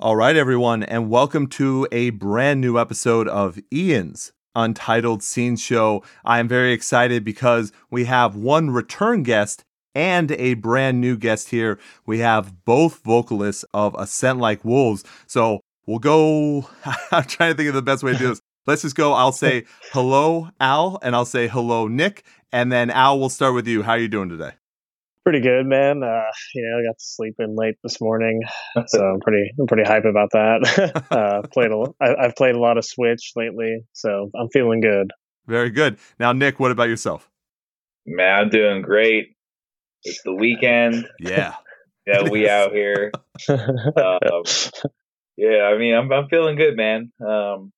All right, everyone, and welcome to a brand new episode of Ian's Untitled Scene Show. I am very excited because we have one return guest and a brand new guest here. We have both vocalists of Ascent Like Wolves. So we'll go. I'm trying to think of the best way to do this. Let's just go. I'll say hello, Al, and I'll say hello, Nick. And then Al, we'll start with you. How are you doing today? pretty good, man. Uh, you know, I got to sleep in late this morning, so I'm pretty I'm pretty hype about that. uh, played a, I, I've played a lot of Switch lately, so I'm feeling good. Very good. Now, Nick, what about yourself? Man, I'm doing great. It's the weekend. Yeah. Yeah, we out here. Uh, yeah, I mean, I'm I'm feeling good, man. Um,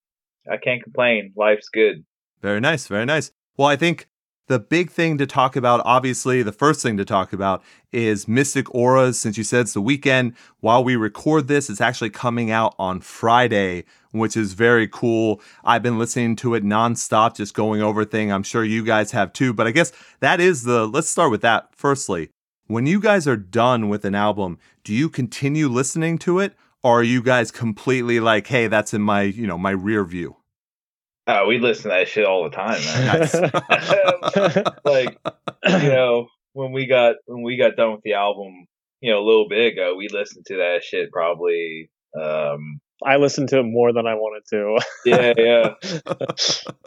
I can't complain. Life's good. Very nice. Very nice. Well, I think the big thing to talk about, obviously, the first thing to talk about is Mystic Auras. Since you said it's the weekend, while we record this, it's actually coming out on Friday, which is very cool. I've been listening to it nonstop, just going over thing. I'm sure you guys have too. But I guess that is the let's start with that firstly. When you guys are done with an album, do you continue listening to it? Or are you guys completely like, hey, that's in my, you know, my rear view? Oh, we listen to that shit all the time, man. like, you know, when we got when we got done with the album, you know, a little bit ago, we listened to that shit probably um I listened to it more than I wanted to. Yeah, yeah.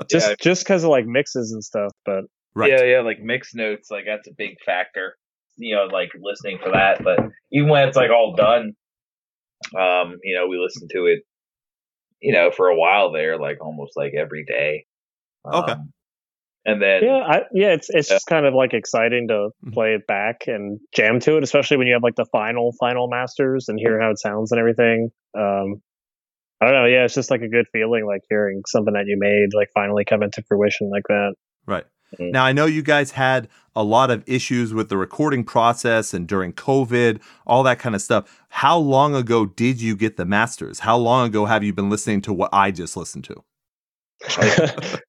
just yeah. just cuz of like mixes and stuff, but right. Yeah, yeah, like mix notes, like that's a big factor. You know, like listening for that, but even when it's like all done, um, you know, we listen to it you know, for a while there, like almost like every day. Um, okay. And then yeah, I, yeah, it's it's yeah. just kind of like exciting to play it back and jam to it, especially when you have like the final final masters and hear how it sounds and everything. Um, I don't know. Yeah, it's just like a good feeling, like hearing something that you made like finally come into fruition like that. Right. Now, I know you guys had a lot of issues with the recording process and during COVID, all that kind of stuff. How long ago did you get the masters? How long ago have you been listening to what I just listened to?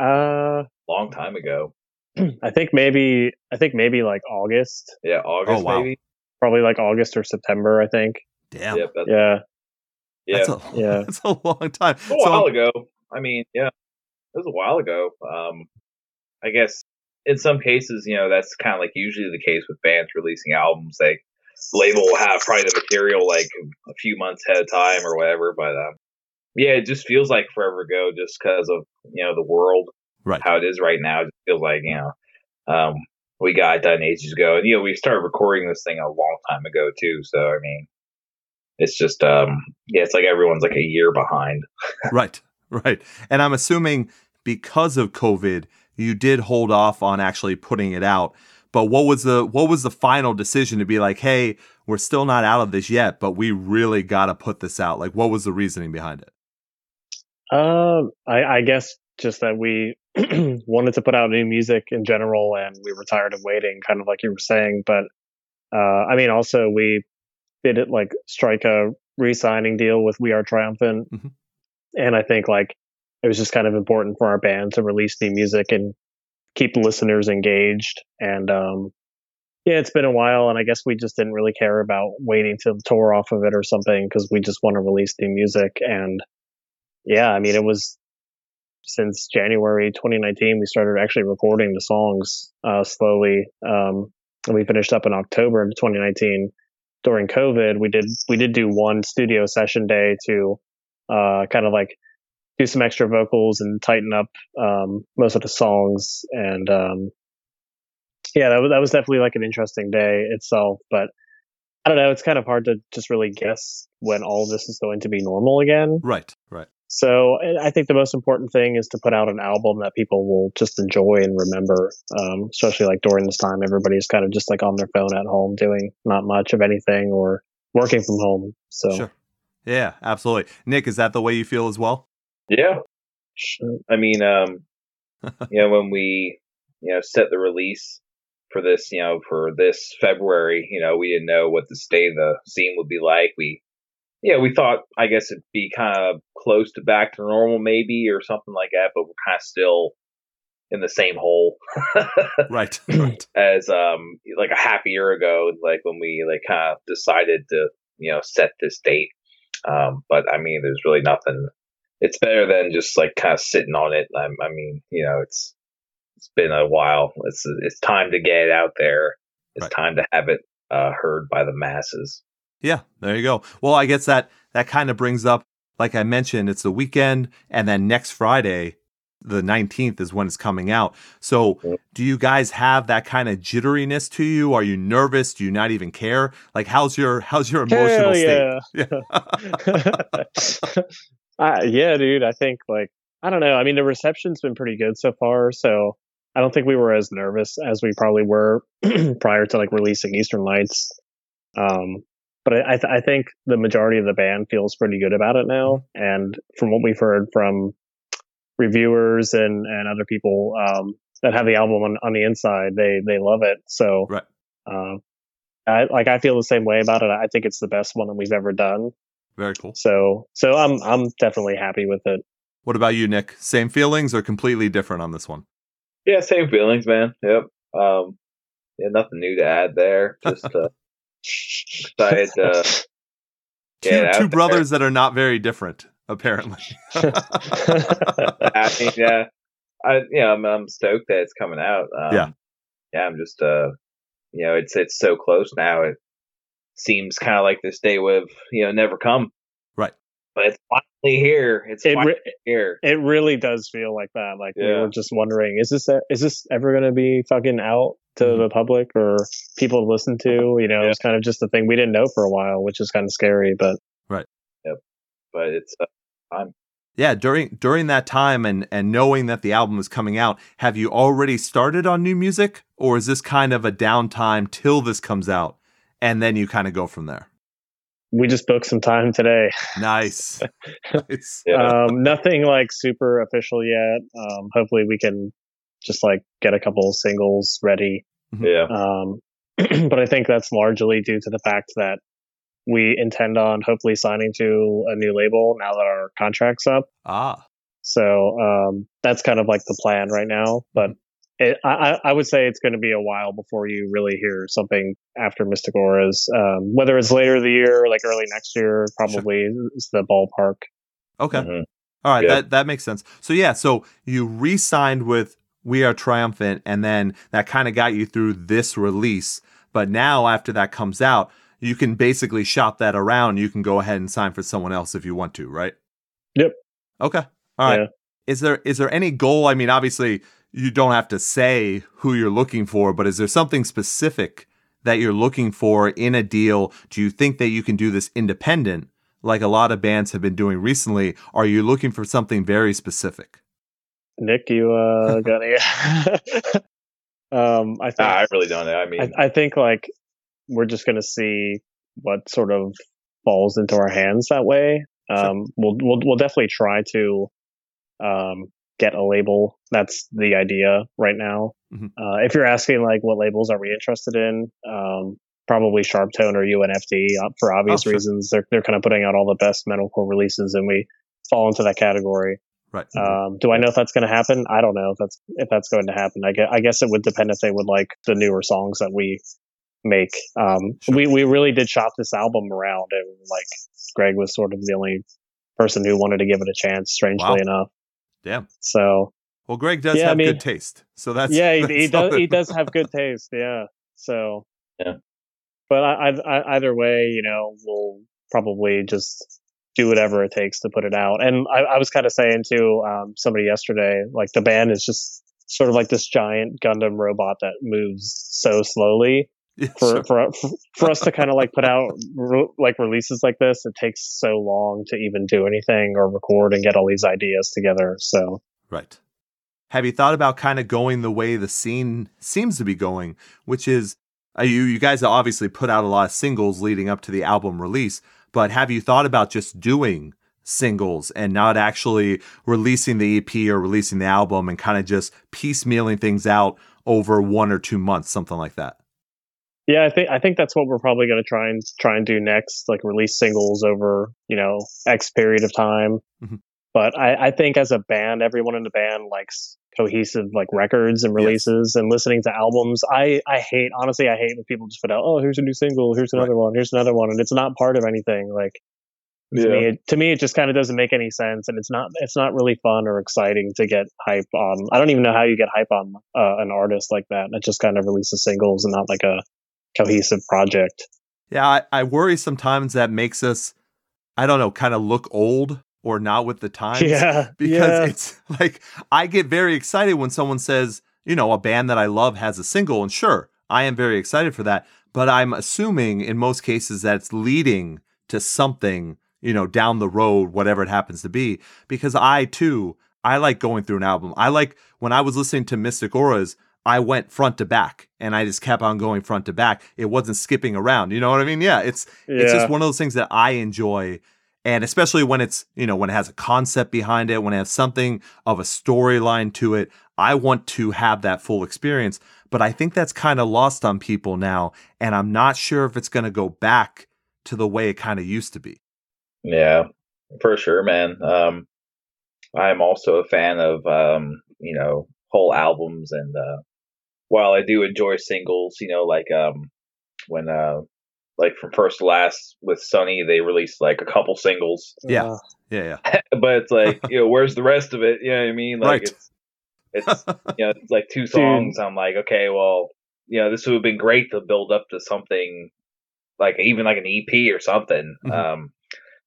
uh, long time ago. I think maybe I think maybe like August. Yeah, August oh, wow. maybe. Probably like August or September, I think. Damn. Yep, that's, yeah. Yeah. Oh, That's a, yeah. That's a long time. A while so, ago. I mean, yeah it was a while ago. Um, I guess in some cases, you know, that's kind of like usually the case with bands releasing albums. They label will have probably the material like a few months ahead of time or whatever. But um, yeah, it just feels like forever ago just because of you know the world, right? How it is right now. It feels like you know um, we got done ages ago, and you know we started recording this thing a long time ago too. So I mean. It's just, um, yeah, it's like everyone's like a year behind. right, right. And I'm assuming because of COVID, you did hold off on actually putting it out. But what was the what was the final decision to be like, hey, we're still not out of this yet, but we really gotta put this out? Like what was the reasoning behind it? Um, uh, I, I, guess just that we wanted to put out new music in general and we were tired of waiting, kind of like you were saying. But uh, I mean also we did it like strike a re-signing deal with We Are Triumphant. Mm-hmm. And I think like it was just kind of important for our band to release new music and keep listeners engaged and um, yeah it's been a while and i guess we just didn't really care about waiting to tour off of it or something because we just want to release new music and yeah i mean it was since january 2019 we started actually recording the songs uh, slowly um, and we finished up in october 2019 during covid we did we did do one studio session day to uh, kind of like do some extra vocals and tighten up um, most of the songs. And um, yeah, that was, that was definitely like an interesting day itself. But I don't know, it's kind of hard to just really guess when all this is going to be normal again. Right, right. So I think the most important thing is to put out an album that people will just enjoy and remember, um, especially like during this time, everybody's kind of just like on their phone at home doing not much of anything or working from home. So. Sure. Yeah, absolutely. Nick, is that the way you feel as well? Yeah. uh, I mean, um, you know, when we, you know, set the release for this, you know, for this February, you know, we didn't know what the state of the scene would be like. We, yeah, we thought, I guess it'd be kind of close to back to normal maybe or something like that, but we're kind of still in the same hole. right, right. As, um, like a half year ago, like when we, like, kind of decided to you know set this date. Um, but I mean, there's really nothing. It's better than just like kind of sitting on it. I, I mean, you know, it's it's been a while. It's it's time to get it out there. It's Right. time to have it uh, heard by the masses. Yeah, there you go. Well, I guess that that kind of brings up, like I mentioned, it's the weekend, and then next Friday, the nineteenth, is when it's coming out. So, Yeah. do you guys have that kind of jitteriness to you? Are you nervous? Do you not even care? Like, how's your how's your emotional Hell state? yeah. uh, yeah, dude. I think like I don't know. I mean, the reception's been pretty good so far, so I don't think we were as nervous as we probably were prior to like releasing Eastern Lights. Um, but I, I, th- I think the majority of the band feels pretty good about it now, and from what we've heard from reviewers and and other people um, that have the album on, on the inside, they they love it. So Right. uh, I like I feel the same way about it. I think it's the best one that we've ever done. Very cool. So so I'm I'm definitely happy with it. What about you, Nick? Same feelings or completely different on this one? Yeah, same feelings, man. Yep. Um, yeah, nothing new to add there. Just uh, excited to Two, Yeah, two out brothers that are not very different, apparently. I mean, yeah, I yeah, I'm, I'm stoked that it's coming out. Um, Yeah. yeah, I'm just uh, you know, it's it's so close now. It seems kind of like this day would have you know never come. Right. but it's finally here. It's it finally re- here. it really does feel like that. Like we Yeah. were just wondering, is this is this ever going to be fucking out to Mm-hmm. Mhm. the public or people to listen to? You know, it's kind of just a thing we didn't know for a while, which is kind of scary. But But it's uh, Yeah, during during that time and and knowing that the album is coming out, have you already started on new music or is this kind of a downtime till this comes out and then you kind of go from there? we just booked some time today. Nice. nice. yeah, Um, nothing like super official yet. Um, hopefully we can just like get a couple singles ready yeah, Um, but I think that's largely due to the fact that we intend on hopefully signing to a new label now that our contract's up. Ah. So um, that's kind of like the plan right now. But it, I, I I would say it's going to be a while before you really hear something after Mystic Auras. Um, whether it's later the year, like early next year, probably is the ballpark. Okay. mhm. All right, Yeah. that that makes sense. So yeah, so you re-signed with We Are Triumphant, and then that kind of got you through this release. But now after that comes out, you can basically shop that around. You can go ahead and sign for someone else if you want to, right? Yep. Okay. All right. Yeah. Is there is there any goal? I mean, obviously you don't have to say who you're looking for, but is there something specific that you're looking for in a deal? Do you think that you can do this independent? like a lot of bands have been doing recently, are you looking for something very specific? Nick, you uh, got any? um, I think Nah, I really don't know. I mean, I, I think like we're just gonna see what sort of falls into our hands that way. Um, we'll we'll we'll definitely try to um, get a label. That's the idea right now. Mhm. Uh, if you're asking like what labels are we interested in, um, probably Sharptone or UNFD uh, for obvious sure. reasons. They're they're kind of putting out all the best metalcore releases, and we fall into that category. Right. Um, do I know if that's going to happen? I don't know if that's if that's going to happen. I guess, I guess it would depend if they would like the newer songs that we make. Um, Sure. We we really did shop this album around, and like Greg was sort of the only person who wanted to give it a chance. Strangely Wow. enough, Damn. so Well, Greg does Yeah, I have mean- good taste, so that's yeah, he, that's he does he something. does have good taste. Yeah, so Yeah. But I, I, I, either way, you know, we'll probably just do whatever it takes to put it out. And I, I was kind of saying to um, somebody yesterday, like the band is just sort of like this giant Gundam robot that moves so slowly. Yeah, For sure. for for, for us to kind of like put out re- like releases like this, it takes so long to even do anything or record and get all these ideas together. So Right. Have you thought about kind of going the way the scene seems to be going, which is uh, you you guys obviously put out a lot of singles leading up to the album release, but have you thought about just doing singles and not actually releasing the EP or releasing the album and kind of just piecemealing things out over one or two months, something like that? Yeah, I think I think that's what we're probably going to try and try and do next, like release singles over you know X period of time. Mhm. But I, I think as a band, everyone in the band likes cohesive like records and releases and listening to albums. I I hate honestly I hate when people just put out oh here's a new single, here's another one, here's another one, and it's not part of anything. Like to me, it, to me it just kind of doesn't make any sense, and it's not it's not really fun or exciting to get hype on. I don't even know how you get hype on uh, an artist like that. It just kind of releases singles and not like a cohesive project. Yeah, I, I worry sometimes that makes us, I don't know, kind of look old or not with the times. Yeah, because yeah. it's like I get very excited when someone says, you know, a band that I love has a single, and sure, I am very excited for that. But I'm assuming in most cases that it's leading to something, you know, down the road, whatever it happens to be. Because I too, I like going through an album. I like when I was listening to Mystic Auras, I went front to back and I just kept on going front to back. It wasn't skipping around. You know what I mean? Yeah, it's it's Yeah. just one of those things that I enjoy. And especially when it's, you know, when it has a concept behind it, when it has something of a storyline to it, I want to have that full experience. But I think that's kind of lost on people now. And I'm not sure if it's going to go back to the way it kind of used to be. Yeah, for sure, man. Um, I'm also a fan of um, you know whole albums, and uh, while I do enjoy singles, you know, like um, when uh, like from first to last with Sunny, they released like a couple singles, Yeah. Uh, Yeah, yeah. but it's like you know, where's the rest of it? You know what I mean? Like Right. it's it's you know it's like two songs. I'm like, okay, well, you know, this would have been great to build up to something like even like an EP or something. Mhm. Um,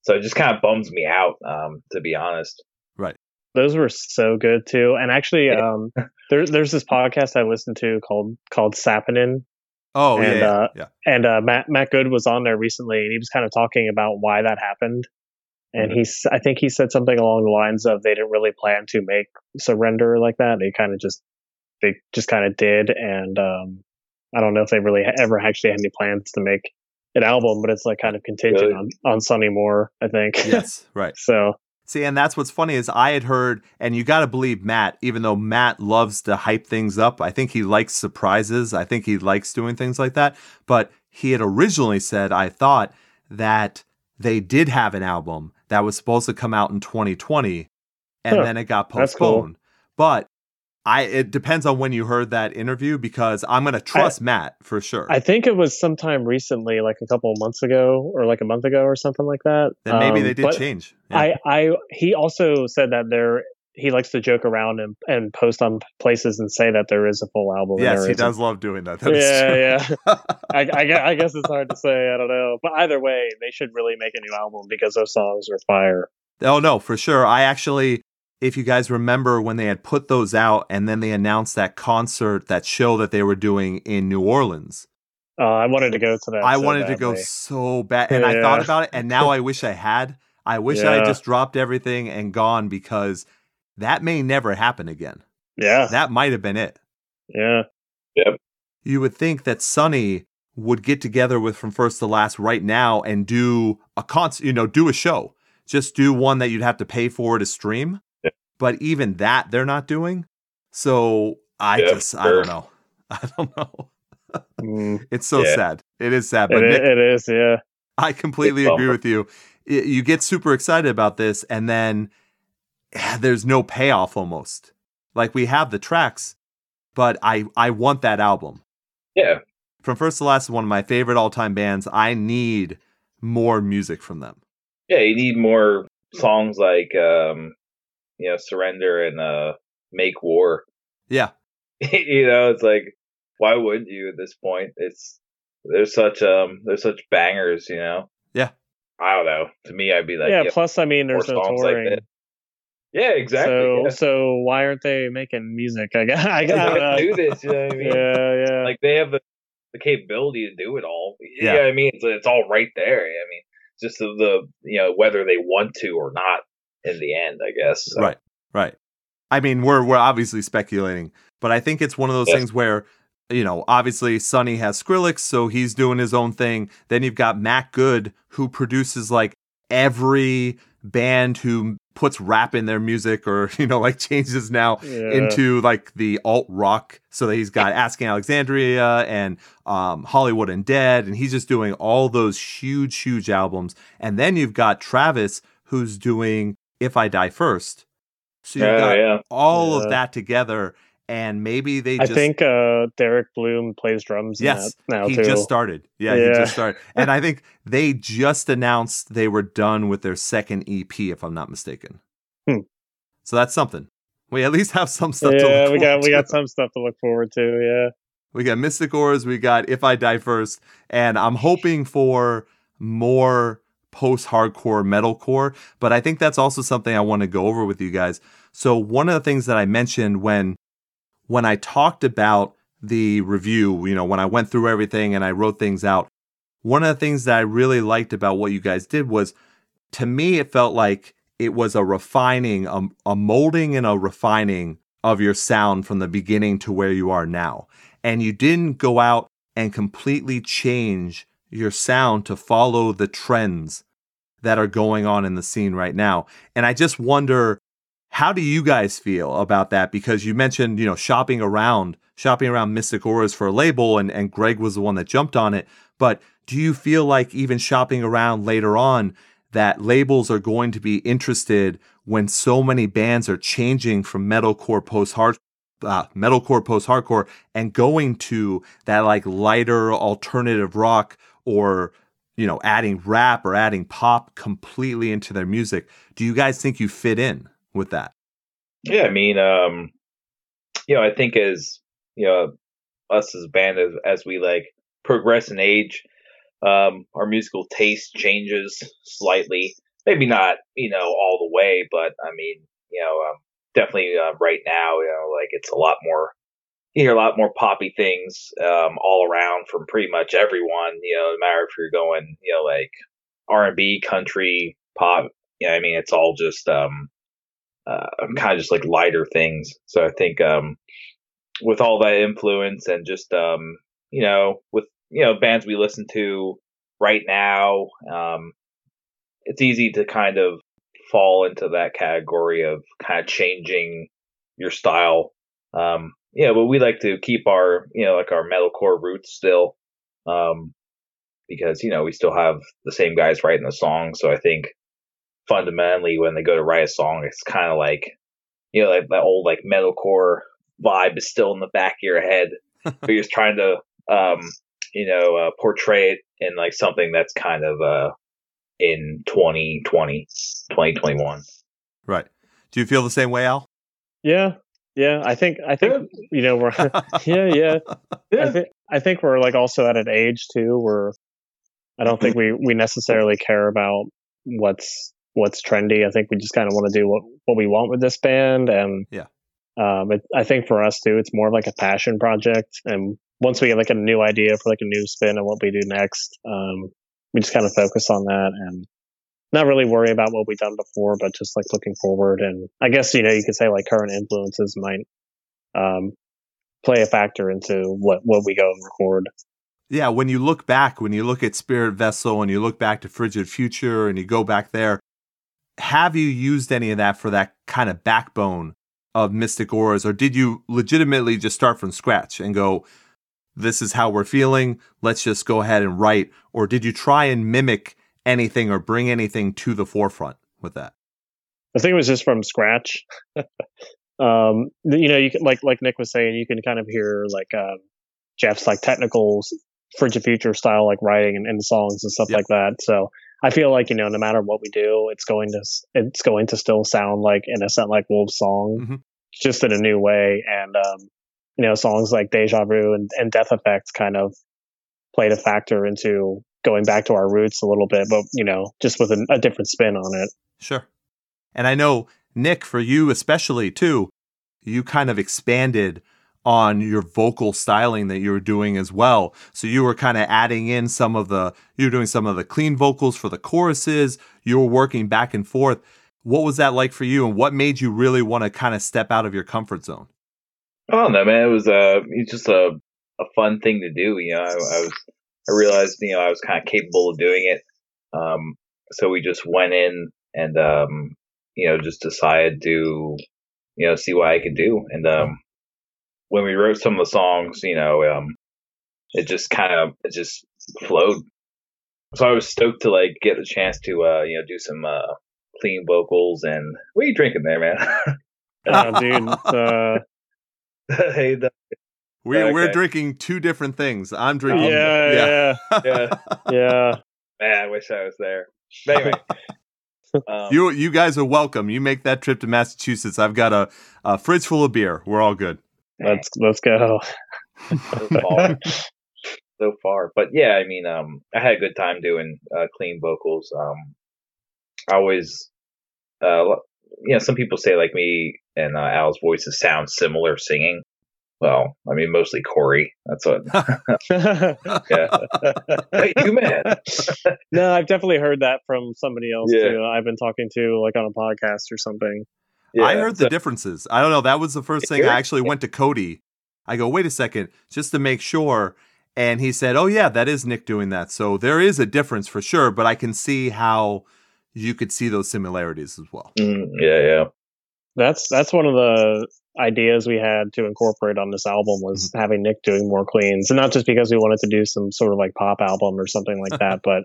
so it just kind of bums me out, um, to be honest. those were so good too. And actually, Yeah. um, there, there's this podcast I listened to called called Sappenin, Oh, yeah, And, yeah. uh, yeah. and uh, Matt Matt Good was on there recently, and he was kind of talking about why that happened. Mm-hmm. And he's, I think he said something along the lines of they didn't really plan to make surrender like that. They kind of just, they just kind of did. And um, I don't know if they really ha- ever actually had any plans to make an album, but it's like kind of contingent Really? on on Sonny Moore, I think. Yes, right. so See, and that's what's funny is I had heard, and you got to believe Matt, even though Matt loves to hype things up. I think he likes surprises. I think he likes doing things like that. But he had originally said, I thought that they did have an album that was supposed to come out in 2020, and Huh, then it got that's cool. postponed. But I, it depends on when you heard that interview because I'm going to trust Matt for sure. I think it was sometime recently, like a couple of months ago, or like a month ago, or something like that. then maybe Um, they did but- change. Yeah. I, I he also said that there he likes to joke around and, and post on places and say that there is a full album. and yes, there he isn't. does love doing that. That is Yeah, true. yeah. I, I, gue- I guess it's hard to say. I don't know. But either way, they should really make a new album because those songs are fire. Oh no, for sure. I actually, if you guys remember when they had put those out and then they announced that concert, that show that they were doing in New Orleans, Uh, I wanted to go to that. I so wanted to go badly. so bad, and I thought Yeah. about it, and now I wish I had. I wish I Yeah. had just dropped everything and gone because that may never happen again. Yeah, That might have been it. yeah. you would think that Sonny would get together with from first to last right now and do a concert, you know, do a show. Just do one that you'd have to pay for to stream. Yeah. But even that they're not doing. So I Yeah, just I don't sure. know. I don't know. Mm, It's so Yeah. sad. It is sad. But it, i- Nick, it is. Yeah. I completely It's agree awful. with you. I- You get super excited about this, and then eh, there's no payoff almost. Like we have the tracks, but I I want that album Yeah. from first to last is one of my favorite all-time bands i need more music from them Yeah. You need more songs like, um, you know, surrender and, uh, make war. yeah you know, it's like, why wouldn't you at this point? It's, there's such, um, there's such bangers, you know? Yeah. I don't know. To me, I'd be like, yeah. yeah, Plus, I mean, there's more no songs like touring. that. yeah exactly. So, yeah. so why aren't they making music? I guess. I, uh, They guess. couldn't do this, you know what I mean? yeah, yeah. like they have the, the capability to do it all. You Yeah. know what I mean? It's, it's all right there. I mean, it's just the, the you know whether they want to or not in the end, I guess. So, right right i mean we're we're obviously speculating but i think it's one of those Yes. things where you know obviously sonny has skrillex so he's doing his own thing then you've got matt good who produces like every band who puts rap in their music or you know like changes now yeah. into like the alt rock. So that he's got Asking Alexandria and um, Hollywood and Dead, and he's just doing all those huge, huge albums. And then you've got Travis, who's doing If I Die First, So you Yeah, got yeah. all Yeah. of that together, and maybe they I just think uh, Derek Bloom plays drums. in Yes, that now he too. just started. Yeah, he Yeah. just started. And I think they just announced they were done with their second EP, if I'm not mistaken. Hmm. So that's something. We at least have some stuff to look yeah, we got forward we to. got some stuff to look forward to. We got Mystic Ores, we got If I Die First, and I'm hoping for more post hardcore metalcore. But I think that's also something I want to go over with you guys. So one of the things that I mentioned when when I talked about the review, you know, when I went through everything and I wrote things out, one of the things that I really liked about what you guys did was to me it felt like it was a refining, a, a molding and a refining of your sound from the beginning to where you are now and you didn't go out and completely change your sound to follow the trends that are going on in the scene right now. And I just wonder how do you guys feel about that? Because you mentioned, you know, shopping around, shopping around Mystic Auras for a label, and, and Greg was the one that jumped on it. But do you feel like even shopping around later on, that labels are going to be interested when so many bands are changing from metalcore post hard uh, metalcore post hardcore and going to that like lighter alternative rock or you know adding rap or adding pop completely into their music do you guys think you fit in with that Yeah, I mean, um, you know, I think as you know, us as a band as, as we like progress in age, um, our musical taste changes slightly. Maybe not, you know, all the way, but I mean, you know, um, definitely uh, right now, you know, like it's a lot more. You hear a lot more poppy things um, all around from pretty much everyone. You know, no matter if you're going, you know, like R and B, country, pop. Yeah, I mean, it's all just um, uh, kind of just like lighter things. So I think um, with all that influence and just um, you know with you know bands we listen to right now, um, it's easy to kind of fall into that category of kind of changing your style. Um, yeah, but we like to keep our you know like our metalcore roots still. Um, because you know we still have the same guys writing the song, so I think fundamentally when they go to write a song, it's kind of like, you know, like that old like metalcore vibe is still in the back of your head, but you're just trying to, um, you know, uh, portray it in like something that's kind of uh, in 2020, 2021. right do you feel the same way al Yeah, yeah, yeah. I think I think you know we're yeah yeah. I, th- I think we're like also at an age too where I don't think we we necessarily care about what's what's trendy. I think we just kind of want to do what what we want with this band, and Yeah. um, it, I think for us too, it's more of like a passion project. And once we get like a new idea for like a new spin on what we do next, um, we just kind of focus on that and not really worry about what we've done before, but just like looking forward. And I guess you know you could say like current influences might. Um, play a factor into what what we go and record. Yeah, when you look back, when you look at Spirit Vessel and you look back to Frigid Future and you go back there, have you used any of that for that kind of backbone of Mystic Auras, or did you legitimately just start from scratch and go, this is how we're feeling, let's just go ahead and write? Or did you try and mimic anything or bring anything to the forefront with that? I think it was just from scratch. um, you know, you can, like like Nick was saying, you can kind of hear like um, Jeff's like technical s- frigid future style like writing and, and songs and stuff Yep. like that. So I feel like you know, no matter what we do, it's going to s- it's going to still sound like innocent like Wolves song, Mhm. just in a new way. And um, you know, songs like Deja Vu and, and Death Effects kind of played a factor into going back to our roots a little bit, but you know, just with a, a different spin on it. Sure. And I know, Nick, for you especially too, you kind of expanded on your vocal styling that you were doing as well. So you were kind of adding in some of the, you were doing some of the clean vocals for the choruses, you were working back and forth. What was that like for you? And what made you really want to kind of step out of your comfort zone? I don't know, man. It was uh, it's just a a fun thing to do. You know, I, I was I realized you know I was kind of capable of doing it. Um, so we just went in and um, you know, just decided to you know see what I could do. And um, when we wrote some of the songs, you know, um, it just kind of it just flowed. So I was stoked to like get the chance to uh, you know do some uh clean vocals and what are you drinking there, man? oh, dude. Uh, hey, that- We Okay. Um, we're drinking two different things. I'm yeah, drinking. yeah, yeah, yeah, man, I wish I was there. But anyway, um, You you guys are welcome. You make that trip to Massachusetts. I've got a, a fridge full of beer. We're all good. Let's let's go. so far, so far. But yeah, I mean, um, I had a good time doing uh, clean vocals. Um, I always, uh, lo- you know, some people say like me and uh, Al's voices sound similar singing. Well, I mean, mostly Corey. That's what. Yeah. hey, you man. no, I've definitely heard that from somebody else Yeah. too. I've been talking to like on a podcast or something. I heard the differences. I don't know. That was the first thing Here? I actually went to Cody. I go, wait a second, just to make sure. And he said, oh, yeah, that is Nick doing that. So there is a difference for sure, but I can see how you could see those similarities as well. Mm, yeah, yeah. That's that's one of the ideas we had to incorporate on this album was Mm-hmm. having Nick doing more cleans, and not just because we wanted to do some sort of like pop album or something like that, but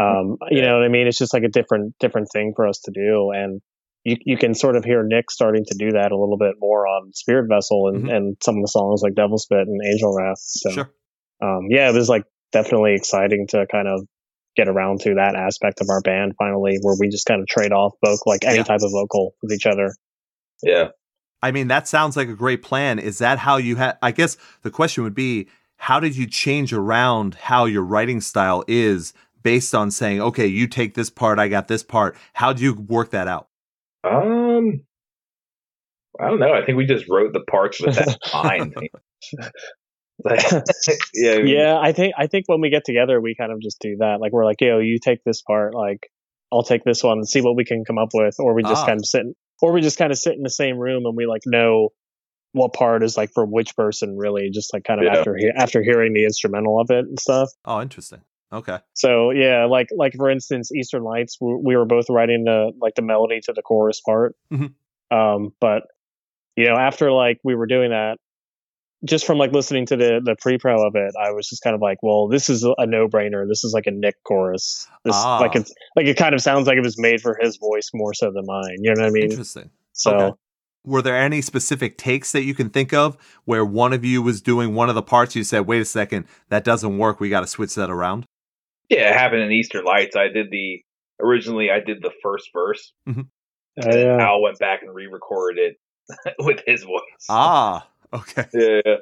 um, you know what I mean. It's just like a different different thing for us to do, and you you can sort of hear Nick starting to do that a little bit more on Spirit Vessel and Mhm. and some of the songs like Devil Spit and Angel Wrath. So Sure. um, yeah, it was like definitely exciting to kind of get around to that aspect of our band finally, where we just kind of trade off vocal, like any Yeah. type of vocal with each other. Yeah. I mean, that sounds like a great plan. Is that how you had? I guess the question would be, how did you change around how your writing style is based on saying, okay, you take this part, I got this part? How do you work that out? Um, I don't know. I think we just wrote the parts with that in mind. Like, yeah, I mean, yeah i think i think when we get together we kind of just do that like we're like yo you take this part like i'll take this one and see what we can come up with or we just Ah. kind of sit or we just kind of sit in the same room and we like know what part is like for which person really just like kind of Yeah. after he- after hearing the instrumental of it and stuff Oh, interesting. Okay. so yeah like like for instance eastern lights we, we were both writing the like the melody to the chorus part Mhm. um but you know after like we were doing that just from like listening to the the pre-pro of it i was just kind of like well this is a no-brainer this is like a nick chorus this Ah. like it's like it kind of sounds like it was made for his voice more so than mine you know what i mean Interesting. so Okay. were there any specific takes that you can think of where one of you was doing one of the parts you said wait a second that doesn't work we got to switch that around yeah, it happened in Eastern Lights. I did the originally. I did the first verse. uh, and then yeah. Al went back and re-recorded it with his voice. ah okay Yeah, yeah,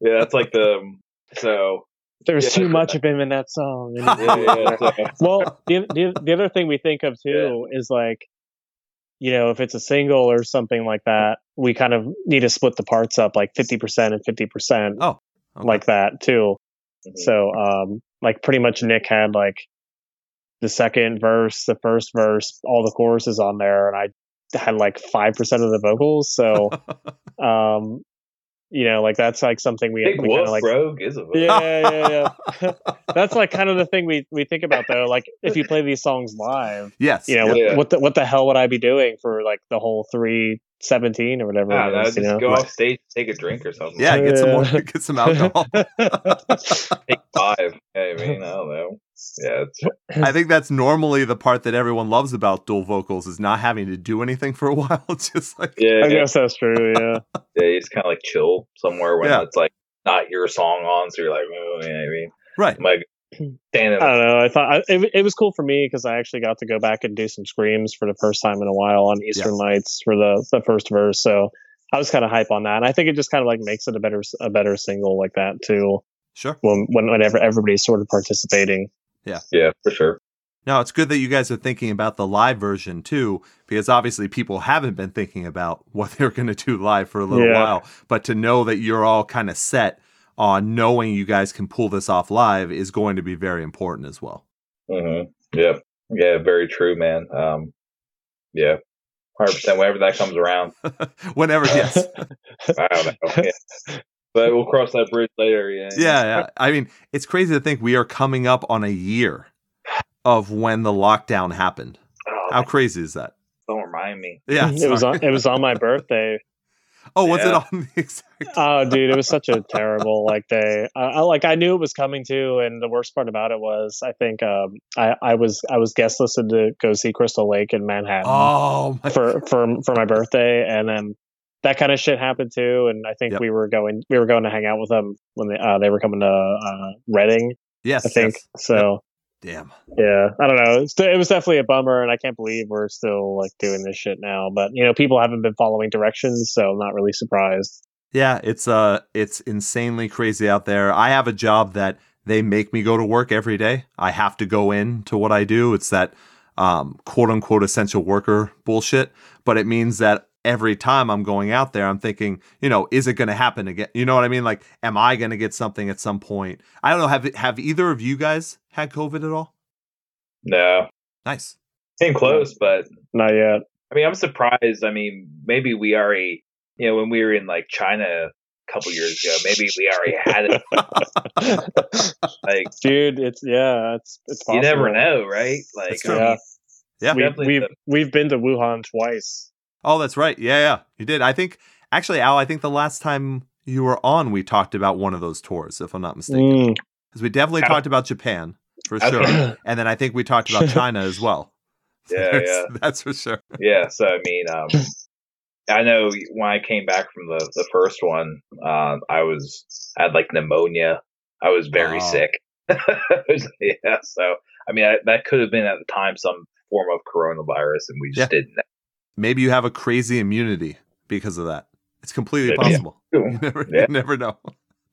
yeah. That's like the um, so. there's Yeah. too much of him in that song Yeah, yeah, so well, the, the the other thing we think of too is like, you know, if it's a single or something like that, we kind of need to split the parts up like fifty percent and fifty percent, Okay. Mm-hmm. like that too. Mhm. So, um, like pretty much Nick had like the second verse, the first verse, all the choruses on there, and I had like five percent of the vocals. So, um, you know, like that's like something we, big we kind woof, of like bro. Gives a fuck. yeah, yeah, yeah. That's like kind of the thing we we think about though. Like if you play these songs live, yes you know Yeah. what, what the what the hell would I be doing for like the whole three seventeen or whatever? Ah, it no, is, just you know? go off stage, take a drink or something. yeah get some more Yeah. get some alcohol take five. I mean, I don't know. Yeah, it's i think that's normally the part that everyone loves about dual vocals is not having to do anything for a while it's just like yeah. I yeah. guess that's true. Yeah, Yeah, you just kind of like chill somewhere when Yeah. it's like not your song on, so you're like, oh, you know what I mean, right am I standing? I don't know. I thought I, it, it was cool for me because I actually got to go back and do some screams for the first time in a while on Eastern Lights for the the first verse. So I was kind of hype on that, and I think it just kind of like makes it a better a better single like that too. sure When when- whenever everybody's sort of participating. yeah, for sure. No, it's good that you guys are thinking about the live version too, because obviously people haven't been thinking about what they're going to do live for a little Yeah. while. But to know that you're all kind of set on knowing you guys can pull this off live is going to be very important as well. hmm Yeah, yeah, very true, man. Um, yeah, hundred percent. Whenever that comes around, Whenever, yes. I don't know. Yeah. But we'll cross that bridge later. Yeah, yeah, yeah. I mean, it's crazy to think we are coming up on a year of when the lockdown happened. Oh, How crazy is that? don't remind me. Yeah. it was sorry. on, it was on my birthday. oh, was it yeah. on the exact? Oh, dude, it was such a terrible like day. I, I like I knew it was coming too, and the worst part about it was I think um, I I was I was guest listed to go see Crystal Lake in Manhattan Oh, my. for for for my birthday, and then that kind of shit happened too. And I think Yep. we were going we were going to hang out with them when they uh, they were coming to uh, Reading, Yes. I think. yes. So Damn. yeah, I don't know. It's, it was definitely a bummer, and I can't believe we're still like doing this shit now. But you know, people haven't been following directions, so I'm not really surprised. Yeah, it's uh it's insanely crazy out there. I have a job that they make me go to work every day. I have to go in to what I do. It's that um quote unquote essential worker bullshit, but it means that every time I'm going out there, I'm thinking, you know, is it going to happen again? You know what I mean? Like am I going to get something at some point? I don't know have have either of you guys had covid at all? No, Nice. came close, but Not yet. I mean, I'm surprised. I mean, maybe we already, you know, when we were in like China a couple years ago, maybe we already had it. Like, Dude, it's yeah, it's it's possible. you never know, right? Like, That's um, I true. mean, Yeah. We, Definitely we've the- we've been to Wuhan twice. Oh, that's right. Yeah, yeah. You did. I think actually Al, I think the last time you were on, we talked about one of those tours, if I'm not mistaken. Mm. because we definitely Out- talked about Japan for Out- sure, and then I think we talked about China as well. Yeah, There's- yeah. that's for sure. yeah. So I mean, um, I know when I came back from the the first one, um, I was I had like pneumonia. I was very Oh. sick. yeah. So I mean, I, that could have been at the time some form of coronavirus, and we just didn't. know. Maybe you have a crazy immunity because of that. It's completely Maybe. possible. Yeah. You never, Yeah. you never know.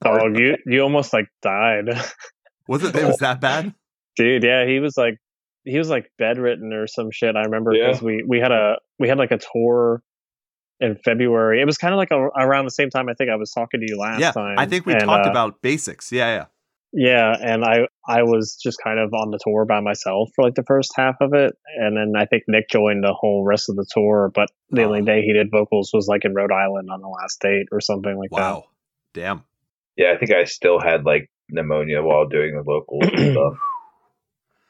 Dog, you you almost like died. Was it? It was that bad? Dude, yeah, he was like he was like bedridden or some shit. I remember Yeah. because we we had a we had like a tour in February. It was kind of like a, around the same time I think I was talking to you last yeah, time. I think we And, talked uh, about basics. Yeah, yeah. Yeah, and I I was just kind of on the tour by myself for like the first half of it, and then I think Nick joined the whole rest of the tour. But the Ah. only day he did vocals was like in Rhode Island on the last date or something like that. Wow, damn. Yeah, I think I still had like pneumonia while doing the vocals and stuff.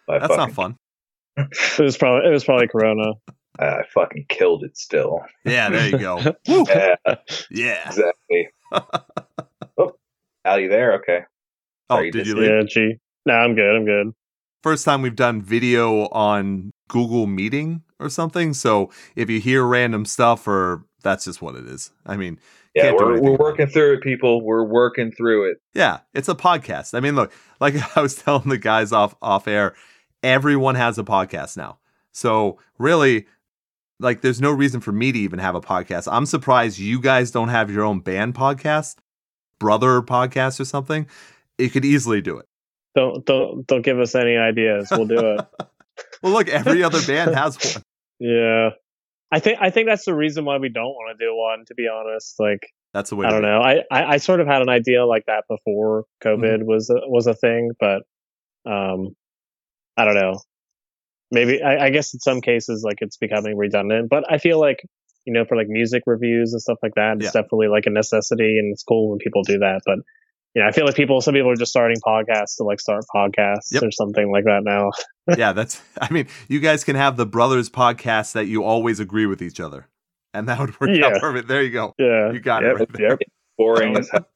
I That's not fucking, fun. It was probably it was probably Corona. I fucking killed it still. Yeah, there you go. yeah, Yeah. exactly. oh, Al, you there? Okay. Oh, Sorry, did just- you leave? Yeah, gee. No, I'm good. I'm good. first time we've done video on Google Meeting or something. So if you hear random stuff, or that's just what it is. I mean, Yeah, Can't do we're, anything we're about working through it, people. We're working through it. yeah, it's a podcast. I mean, look, like I was telling the guys off off air, everyone has a podcast now. So really, like, there's no reason for me to even have a podcast. I'm surprised you guys don't have your own band podcast, brother podcast, or something. You could easily do it. Don't don't don't give us any ideas. We'll do it. Well, look, every other band has one. yeah. I think I think that's the reason why we don't want to do one, to be honest. Like That's the way. I to don't do it. Mm-hmm. know. I, I I sort of had an idea like that before COVID was a, was a thing, but um, I don't know. Maybe I, I guess in some cases like it's becoming redundant, but I feel like you know for like music reviews and stuff like that, it's Yeah. definitely like a necessity, and it's cool when people do that. But you know, I feel like people, some people are just starting podcasts to like start podcasts Yep. or something like that now. yeah, that's. I mean, you guys can have the brothers podcast that you always agree with each other, and that would work Yeah. out perfect. There you go. Yeah, You got Yep, it right there. yep. Boring as hell.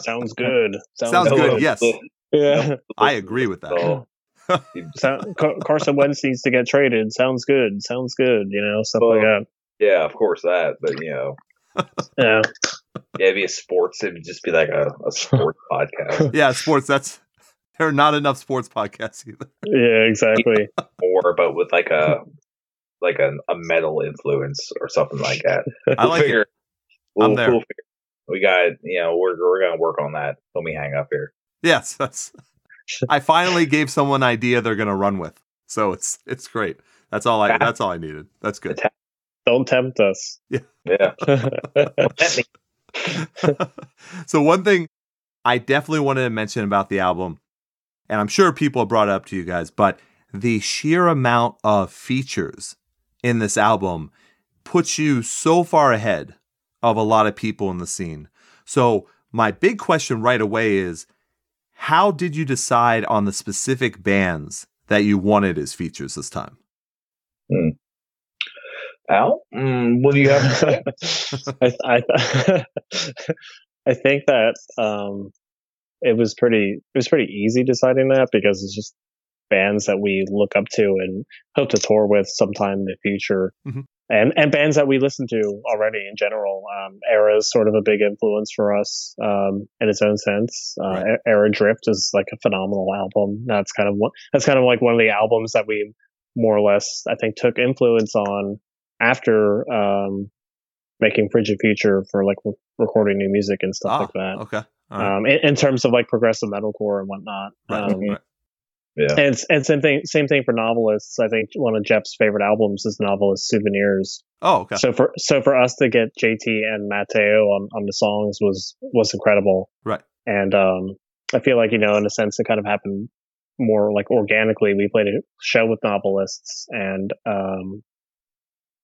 Sounds good. Sounds No good, one- yes. Yeah. I agree with Oh, that. So, you- So, Car- Carson Wentz needs to get traded. Sounds good. Sounds good. You know, stuff like that. yeah, of course that. But you know, Yeah. yeah, it'd be a sports. It'd just be like a, a sports podcast Yeah, sports. That's there are not enough sports podcasts either. Yeah, exactly. or but with like a like a, a metal influence or something like that. I like it. We'll, I'm there. we'll figure- we got you know we're we're gonna work on that when we hang up here. Yes, that's. I finally gave someone an idea they're going to run with, so it's it's great. That's all I. That's all I needed. That's good. Don't tempt us. Yeah, Let me- so one thing I definitely wanted to mention about the album, and I'm sure people brought it up to you guys, but the sheer amount of features in this album puts you so far ahead of a lot of people in the scene. So my big question right away is how did you decide on the specific bands that you wanted as features this time? Al, mm, what do you have? to say? I, I, I think that um, it was pretty it was pretty easy deciding that because it's just bands that we look up to and hope to tour with sometime in the future. Mhm. and and bands that we listen to already in general. Um, Era is sort of a big influence for us um, in its own sense. Uh, Right. Era Drift is like a phenomenal album. That's kind of one. That's kind of like one of the albums that we more or less I think took influence on after um, making Frigid Future for like re- recording new music and stuff Ah, like that. Okay. All right. Um, in, in terms of like progressive metalcore and whatnot. Right. Mm-hmm. Um, Right. Yeah. and, and same thing, same thing for novelists. I think one of Jeff's favorite albums is Novelist Souvenirs, Oh, okay. so for so for us to get JT and Mateo on, on the songs was was incredible. Right. And um I feel like, you know, in a sense it kind of happened more like organically. We played a show with novelists and um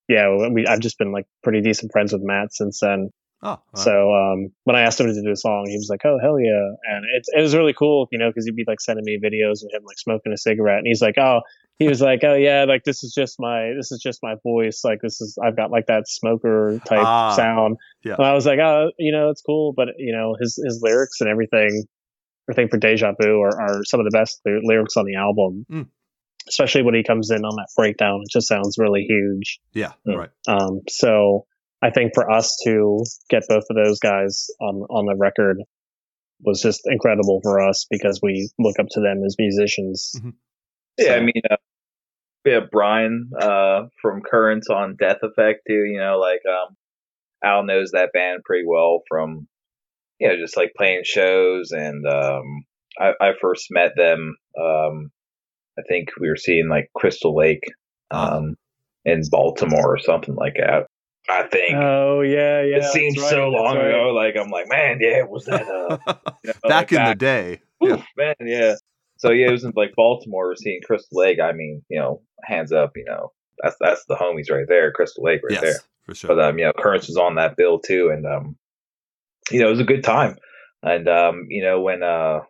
yeah, we I've just been like pretty decent friends with Matt since then. Oh, all right. So um, when I asked him to do the song, he was like, "Oh hell yeah!" And it's it was really cool, you know, because he'd be like sending me videos of him like smoking a cigarette, and he's like, "Oh." He was like, "Oh yeah, like this is just my this is just my voice. Like this is I've got like that smoker type Ah, sound." yeah. And I was like, "Oh, you know, it's cool, but you know, his his lyrics and everything, I think for Deja Vu are, are some of the best ly- lyrics on the album, Mm. especially when he comes in on that breakdown. It just sounds really huge." yeah. Mm. Right. Um, so I think for us to get both of those guys on on the record was just incredible for us because we look up to them as musicians. Mhm. Yeah, I So- mean, uh, we have Brian uh, from Currents on Death Effect too. You know, like um, Al knows that band pretty well from you know just like playing shows, and um, I, I first met them. Um, I think we were seeing like Crystal Lake um, in Baltimore or something like that. I think Oh yeah, yeah. it that's seems right, so that's long right. ago. Like I'm like, man, yeah, was that Oh, uh, you know, like back in the day. Oof, Yeah. man, yeah. So yeah, it was in like Baltimore. Seeing Crystal Lake, I mean, you know, hands up, you know, that's that's the homies right there, Crystal Lake yes. right there. For sure. But um, you know, Currents was on that bill too, and um, you know, it was a good time. And um, you know, when uh,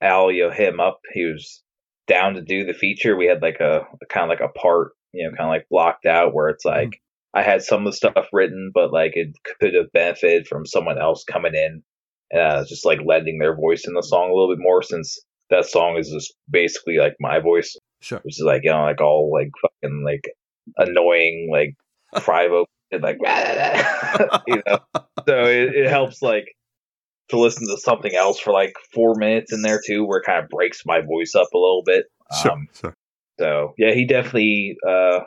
Al yo hit him up, he was down to do the feature. We had like a, kind of like a part, you know, kind of like blocked out where it's like I had some of the stuff written, but like it could have benefited from someone else coming in, uh, just like lending their voice in the song a little bit more since. That song is just basically like my voice, um, sure. which is like you know, like all like fucking like annoying like cry vocal, like you know. So it, it helps like to listen to something else for like four minutes in there too, where it kind of breaks my voice up a little bit. Sure. Um, sure. so yeah, he definitely, uh,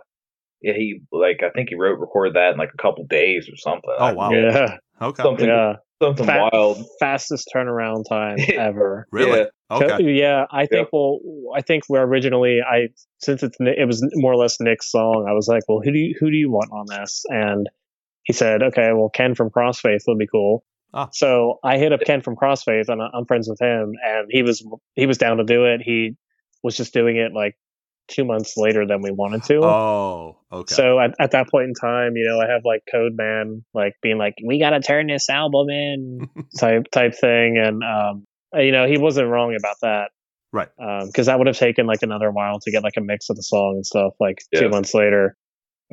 yeah, he like I think he wrote recorded that in like a couple days or something. Oh, wow. Yeah, Okay. something yeah. something Fa- wild. Fastest turnaround time ever. Really? Yeah. Okay. Yeah, I think. Yep. Well, I think we're originally I since it's Ni- it was more or less Nick's song. I was like, well, who do you who do you want on this? And he said, okay, well, Ken from Crossfaith would be cool. Ah. So I hit up Ken from Crossfaith, and I- I'm friends with him, and he was he was down to do it. He was just doing it like two months later than we wanted to. Oh, okay. So at, at that point in time, you know, I have like Code Man like being like, "We gotta turn this album in," type type thing, and um, you know, he wasn't wrong about that, Right. Because that would have taken like another while to get like a mix of the song and stuff, like Yeah. two months later.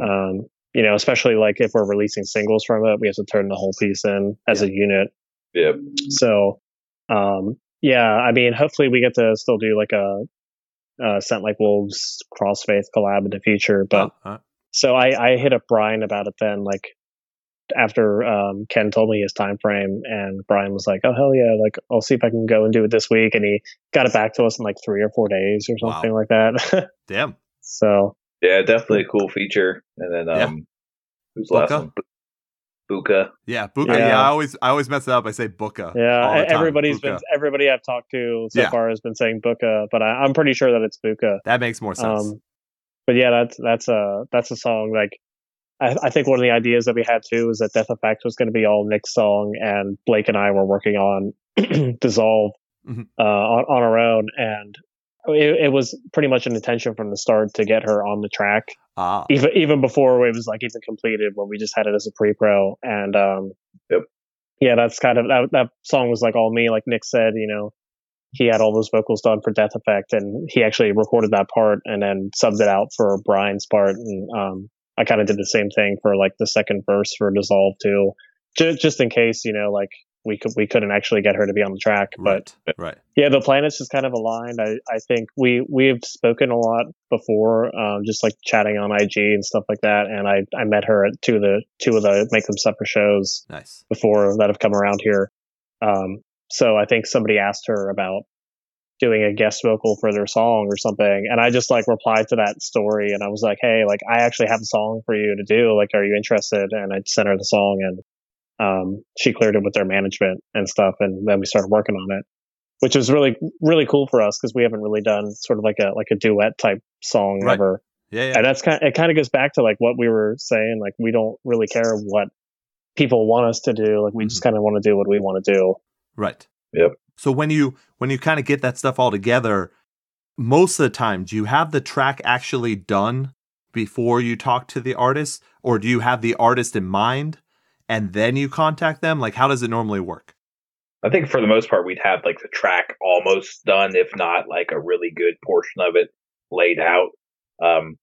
Um, you know, especially like if we're releasing singles from it, we have to turn the whole piece in as a unit. Yeah, So, um, yeah, I mean, hopefully we get to still do like a, uh, Sent Like Wolves Crossfaith collab in the future, but Oh, all right. so I, I hit up Brian about it then, like after um, Ken told me his time frame, and Brian was like, "Oh hell yeah! Like I'll see if I can go and do it this week." And he got it back to us in like three or four days or Wow. something like that. Damn. so yeah, definitely a cool feature. And then Yeah. um, who's the last Buka? one? Bu- Buka. Yeah, Buka. Yeah. Yeah. I always I always mess it up. I say Buka. all yeah, the e- time. everybody's been Buka. everybody I've talked to so Yeah. far has been saying Buka, but I, I'm pretty sure that it's Buka. That makes more sense. Um, but yeah, that's that's a that's a song like I, I think one of the ideas that we had too was that Death Effect was going to be all Nick's song, and Blake and I were working on Dissolve Mhm. uh, on, on our own, and it, it was pretty much an intention from the start to get her on the track, ah, even even before it was like even completed when we just had it as a pre-pro and um Yep. yeah that's kind of that, that song was like all me like nick said you know he had all those vocals done for death effect and he actually recorded that part and then subbed it out for brian's part and um i kind of did the same thing for like the second verse for dissolve too just, just in case you know like we could we couldn't actually get her to be on the track. Right. But right. yeah, the planets just kind of aligned. I I think we we've spoken a lot before, um, just like chatting on IG and stuff like that. And I I met her at two of the two of the Make Them Suffer shows Nice. before that have come around here. Um, so I think somebody asked her about doing a guest vocal for their song or something. And I just like replied to that story and I was like, Hey, like I actually have a song for you to do. Like, are you interested? And I sent her the song and, um, she cleared it with their management and stuff. And then we started working on it, which was really, really cool for us because we haven't really done sort of like a, like a duet type song Right. ever Yeah. and Yeah. that's kind it kind of goes back to like what we were saying like we don't really care what people want us to do like we just Mm-hmm. kind of want to do what we want to do Right. Yep. So when you when you kind of get that stuff all together, most of the time, do you have the track actually done before you talk to the artist, or do you have the artist in mind and then you contact them? Like, how does it normally work? I think for the most part, we'd have like the track almost done, if not like a really good portion of it laid out. Um,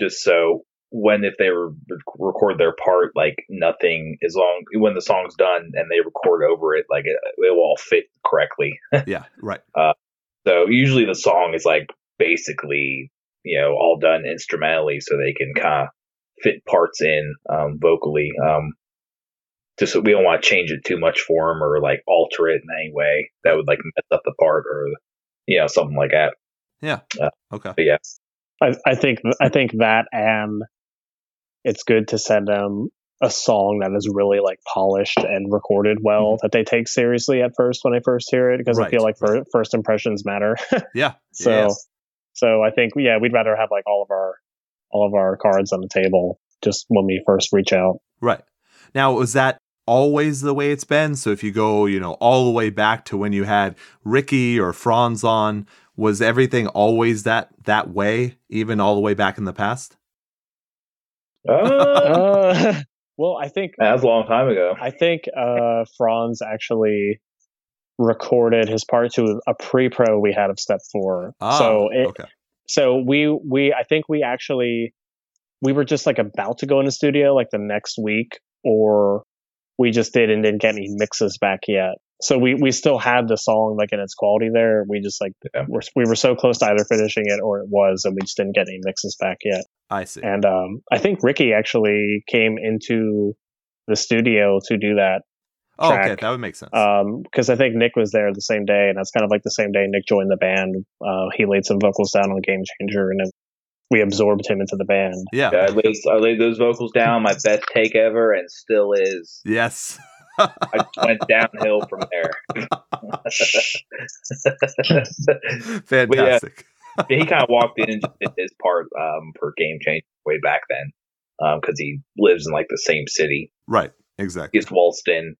just so when if they re- record their part, like nothing as long when the song's done and they record over it, like it, it will all fit correctly. yeah. Right. So usually the song is like basically you know all done instrumentally, so they can kind of fit parts in um, vocally. Um, just so we don't want to change it too much for them or like alter it in any way that would like mess up the part or you know something like that. Okay. But yeah, i, I think i think that and it's good to send them a song that is really like polished and recorded well that they take seriously at first when they first hear it because i Mm-hmm. Right, feel like fir- first impressions matter Yeah. so yeah. so i think yeah we'd rather have like all of our all of our cards on the table just when we first reach out Right. Now, was that always the way it's been? So if you go, you know, all the way back to when you had Ricky or Franz on, was everything always that that way, even all the way back in the past? uh, uh, well, I think that was a long time ago. I think uh, Franz actually recorded his part to a pre-pro we had of Step Four. so it, Ah, Oh, okay. so we we I think we actually we were just like about to go in the studio like the next week, or we just did and didn't get any mixes back yet. So we we still had the song like in its quality there. We just like Yeah. we're, we were so close to either finishing it or it was, and we just didn't get any mixes back yet. I see. And um, I think Ricky actually came into the studio to do that Oh, okay, track, that would make sense. because Um, I think Nick was there the same day, and that's kind of like the same day Nick joined the band. Uh, he laid some vocals down on Game Changer, and then we absorbed him into the band. yeah. Yeah, I, laid, I laid those vocals down, my best take ever, and still is. Yes. I just went downhill from there. Fantastic. he kind of walked in and just did his part um, for Game Change way back then, because he lives in like the same city. Right. Exactly. He just waltzed in,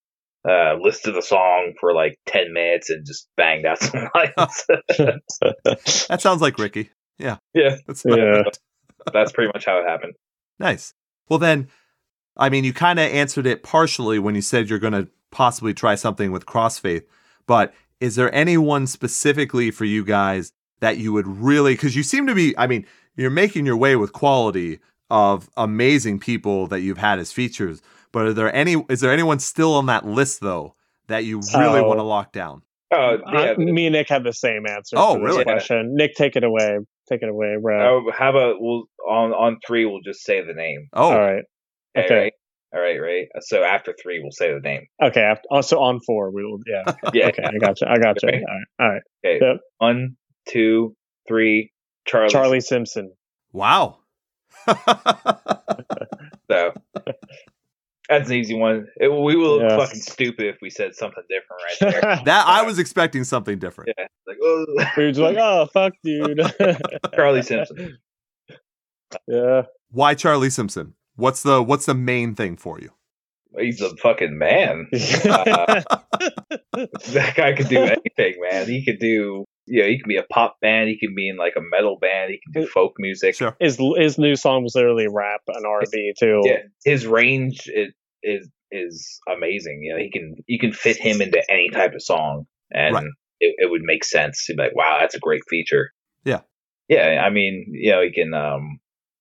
uh, listened to the song for like ten minutes, and just banged out some lines. That sounds like Ricky. Yeah. Yeah. That's about Yeah. it. That's pretty much how it happened. Nice. Well, then, I mean, you kind of answered it partially when you said you're going to possibly try something with CrossFaith, but is there anyone specifically for you guys that you would really, because you seem to be, I mean, you're making your way with quality of amazing people that you've had as features, but are there any, is there anyone still on that list though that you really Oh. want to lock down? Oh yeah. I- Uh, me and Nick have the same answer. Oh, for this really? Question. Nick, take it away. Take it away, bro. oh, how about we'll on on three? We'll just say the name. Oh, All right. Okay. Okay. Right? All right. Right. So after three, we'll say the name. Okay. After, oh, so on four, we will. Yeah. Yeah. Okay. I got you. I got you. Okay. All right. All right. Okay. Yep. One, two, three. Charlie. Charlie Simpson. wow. So that's an easy one. It- we will look Yeah. fucking stupid if we said something different right there. that I was expecting something different. yeah. Like, oh, we were just like, oh fuck, dude. Charlie Simpson. yeah. Why Charlie Simpson? What's the what's the main thing for you? He's a fucking man. uh. That guy could do anything, man. He could do, yeah, he could be a pop band. He can be in like a metal band. He can do folk music. Sure. his his new song was literally rap and R and B too. Yeah. His range is, is, is amazing. You know, he can, you can fit him into any type of song and Right. it, it would make sense. You'd be like, wow, that's a great feature. Yeah. Yeah. I mean, you know, he can, um,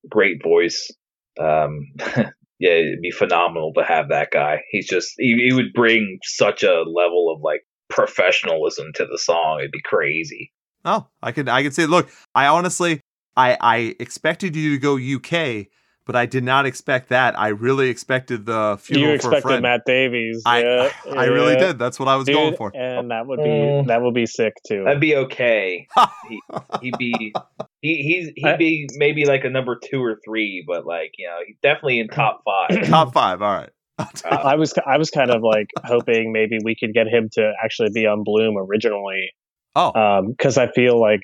great voice, um, yeah, it'd be phenomenal to have that guy. He's just he, he would bring such a level of like professionalism to the song. It'd be crazy. Oh, I could I could see. Look, I honestly I I expected you to go UK, but I did not expect that. I really expected the funeral you for a expected friend. Matt Davies. I yeah, I really yeah. did. That's what I was Dude, going for. and that would be Mm. that would be sick too. That'd be okay. he, he'd be he, he's he'd be maybe like a number two or three, but like you know, he's definitely in top five. Top five. All right. Uh, I was I was kind of like hoping maybe we could get him to actually be on Bloom originally, oh, because Um, I feel like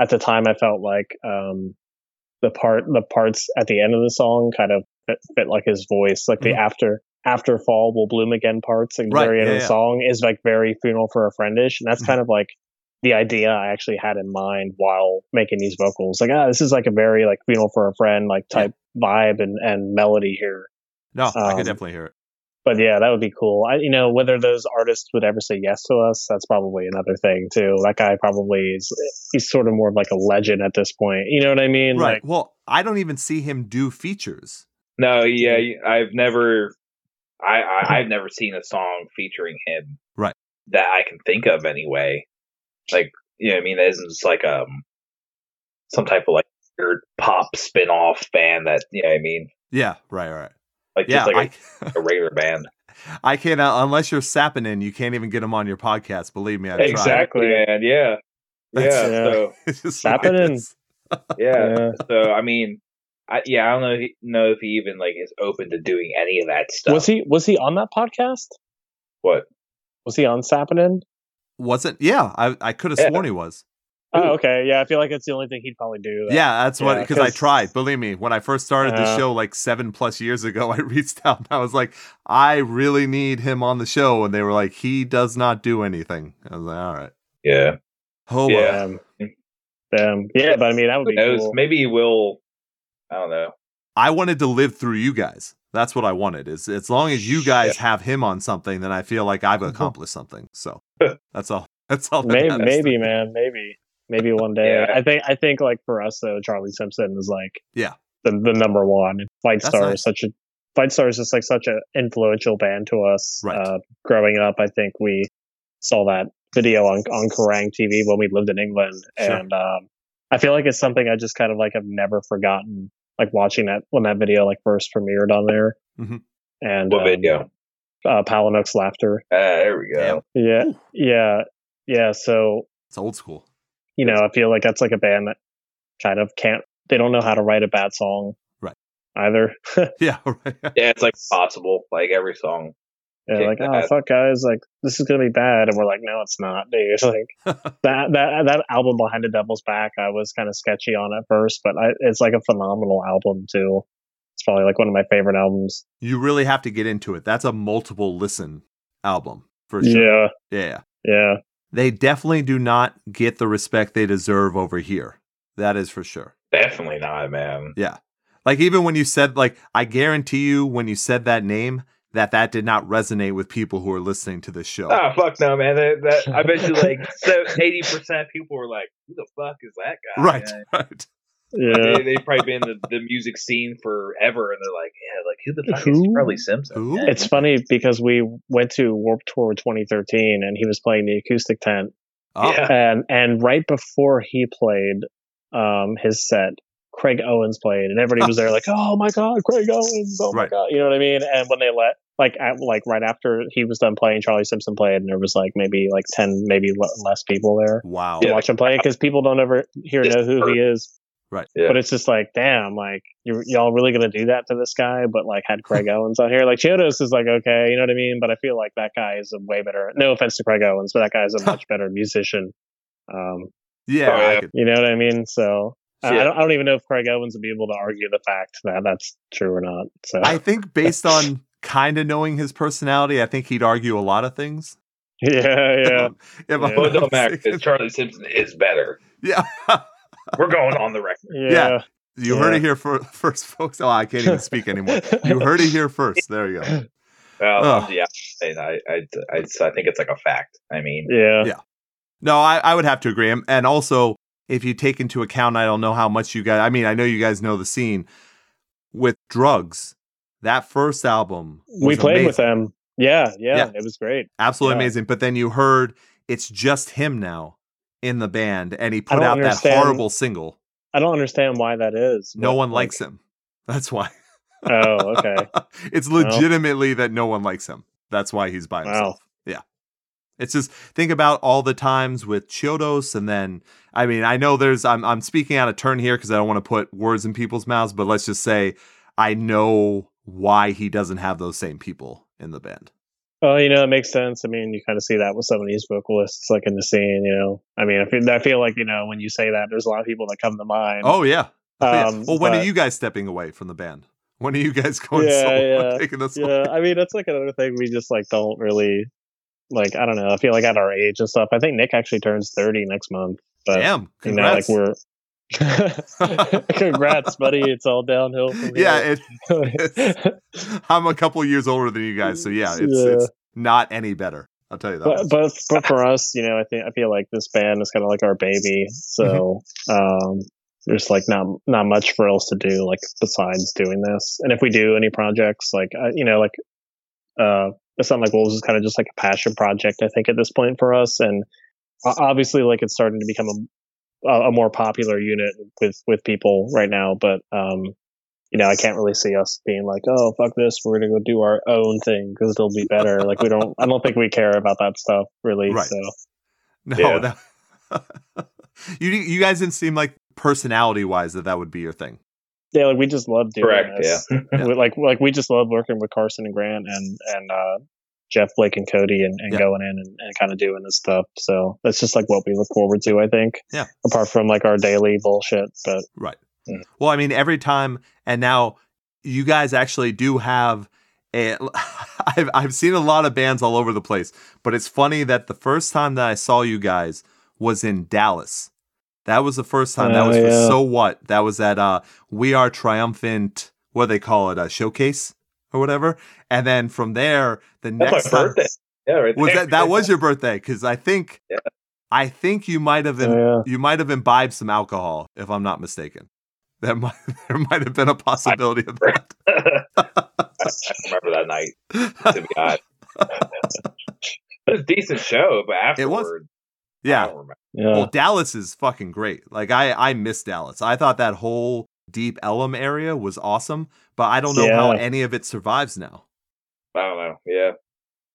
at the time I felt like um, the part the parts at the end of the song kind of fit, fit like his voice, like Mhm. the after after fall will bloom again parts and Right, very end yeah, of the yeah. song is like very funeral for a friendish, and that's Mhm. kind of like the idea I actually had in mind while making these vocals. Like ah, this is like a very like funeral for a friend like Yeah. type vibe and and melody here no, I um, could definitely hear it. but yeah, that would be cool. I, you know, whether those artists would ever say yes to us, that's probably another thing too. That guy probably is, he's sort of more of like a legend at this point. You know what I mean? Right. Like, well, I don't even see him do features. no, yeah, I've never, I, I I've never seen a song featuring him, Right. That I can think of anyway. Like you know, what I mean, that isn't just like um some type of like weird pop spin off band that you know, what I mean, Yeah. Right. Right. like Yeah. just like I, a, a regular band. I can't uh, unless you're sapping in, you can't even get him on your podcast. Believe me, I've Exact- Exactly. and yeah, yeah. That's- uh, Yeah. So tried. It's just Sapping in. it's- yeah. yeah. So I mean, I, yeah, I don't know, if- know if he even like is open to doing any of that stuff. was he was he on that podcast? What? Was he on Sappenin? Wasn't? Yeah, I I could have Yeah. sworn he was. Oh, okay. Yeah, I feel like that's the only thing he'd probably do. Yeah, that's what Yeah, because I 'cause- Uh-huh. tried. Believe me, when I first started this Yeah. show like seven plus years ago, I reached out and I was like, I really need him on the show, and they were like, he does not do anything. I was like, all right, Yeah. oh well. Yeah. Um, um, yeah, but I mean that would Who be knows? cool. Maybe he will. I don't know. I wanted to live through you guys. That's what I wanted. Is as long as you guys have him on something, then I feel like I've Mhm. accomplished something. So that's all. That's all. that Maybe, matters. maybe, man, maybe, maybe one day. Yeah. I think, I think, like for us though, Charlie Simpson is like, Yeah. the, the number one. Fight That's Star nice. is such a Fight Star is just like such an influential band to us. Right. Uh, growing up, I think we saw that video on on Kerrang TV when we lived in England, Sure. and um, I feel like it's something I just kind of like have never forgotten. Like watching that when that video like first premiered on there, Mhm. and What um, video? uh, Palinux laughter. Uh, there we Damn. go. Yeah, yeah, yeah. So It's old school. you know, I feel like that's like a band that kind of can't, they don't know how to write a bad song. Right. Either. Yeah. Right. Yeah, it's like possible. Like every song. They're like, oh, Bad. fuck, guys, like, this is going to be bad. And we're like, no, it's not, dude. It's like, that, that, that album, Behind the Devil's Back, I was kind of sketchy on at first, but I, it's like a phenomenal album, too. It's probably like one of my favorite albums. You really have to get into it. That's a multiple listen album for sure. Yeah. Yeah. Yeah. They definitely do not get the respect they deserve over here. That is for sure. Definitely not, man. Like even when you said like I guarantee you when you said that name that that did not resonate with people who are listening to this show. Ah, fuck no, man. That, that, I bet you like eighty percent people were like, "Who the fuck is that guy?" right. man? Right. Yeah. They, they've probably been in the, the music scene forever, and they're like, "Yeah, like who the fuck is Who? Charlie Simpson?" Who? Yeah. it's funny because we went to Warp Tour 2013 and he was playing the acoustic tent Oh, Yeah. and Um, and right before he played um his set craig owens played and everybody was there like oh my god craig owens oh my Right. god you know what i mean and when they let like at, like right after he was done playing charlie simpson played and there was like maybe like 10 maybe le- less people there Wow. to watch him play because people don't ever here know who he is Right. Yeah. but it's just like damn like you y'all really gonna do that to this guy but like had craig owens on here like chiodos is like okay you know what i mean but i feel like that guy is a way better no offense to craig owens but that guy is a much better musician um Yeah. Oh, I yeah. could- you know what I mean? So I- Yeah. I, don't, I don't even know if Craig Owens would be able to argue the fact that that's true or not. So I think based on kind of knowing his personality, I think he'd argue a lot of things. yeah, yeah. If I'm Yeah. Well, it don't not matter mistaken. because Charlie Simpson is better. Yeah. We're going on the record. Yeah. you heard Yeah. it here fir- first, folks. Oh, I can't even speak anymore. You heard it here first. There you go. Well, Ugh. yeah, and I, I, I, I think it's like a fact. I mean, Yeah. No, I, I would have to agree. And- And also, if you take into account, I don't know how much you guys, I mean, I know you guys know the scene. with drugs. That first album, we played amazing. with them. Yeah, yeah, Yeah. it was great. absolutely yeah. amazing. But then you heard it's just him now in the band, and he put don't out that understand. horrible single. I don't understand why that is. No but, one like- likes him. That's why. Oh, okay. it's legitimately that no one likes him. That's why he's by Wow. himself. Yeah. It's just think about all the times with Chiodos and then I mean, I know there's I'm I'm speaking out of turn here because I don't want to put words in people's mouths, but let's just say I know why he doesn't have those same people in the band. Well, you know, that makes sense. I mean, you kind of see that with some of these vocalists, like in the scene. You know, I mean, I feel, I feel like you know when you say that, there's a lot of people that come to mind. Oh yeah. Oh, yeah. Um, well, when are but- you guys stepping away from the band? When are you guys going Yeah, solo? yeah, taking this yeah. I mean, that's like another thing we just like don't really like. I don't know. I feel like at our age and stuff. I think Nick actually turns thirty next month. But Damn, you know, like congrats. we're congrats, buddy. It's all downhill from yeah, here. it, I'm a couple years older than you guys, so yeah, it's Yeah. it's not any better. I'll tell you that. but, much. but but for us, you know, I think I feel like this band is kind of like our baby. So um, there's like not not much for else to do like besides doing this. And if we do any projects, like uh, you know, like uh, it's not like Wolves is kind of just like a passion project. I think at this point for us, and o- obviously like it's starting to become a a more popular unit with with people right now. But um, you know, I can't really see us being like, oh, fuck this, we're gonna go do our own thing because it'll be better. like we don't, I don't think we care about that stuff really. Right. So no, yeah. that- you you guys didn't seem like personality wise that that would be your thing. yeah, like we just love doing Correct, this. yeah. We- like like we just love working with Carson and Grant and and uh, Jeff Blake and Cody and, and Yeah. going in and, and kind of doing this stuff. So that's just like what we look forward to. I think. Yeah. Apart from like our daily bullshit, but Right. Mm. Well, I mean, every time, and now you guys actually do have a. I've I've seen a lot of bands all over the place, but it's funny that the first time that I saw you guys was in Dallas. That was the first time. that Oh, was for yeah. so what. That was at uh, We Are Triumphant. What do they call it? A showcase or whatever. And then from there, the next That's my time birthday. Yeah, right was there. that that was your birthday because I think Yeah. Oh, I think you might have been yeah. you might have imbibed some alcohol, if I'm not mistaken. That might there might have been a possibility of that. I remember that night. To be honest, it was a decent show, but It was. afterwards, I yeah. Uh, don't remember. yeah. Well, Dallas is fucking great. Like I I miss Dallas. I thought that whole deep Elm area was awesome, but I don't know how Yeah. any of it survives now. I don't know. Yeah,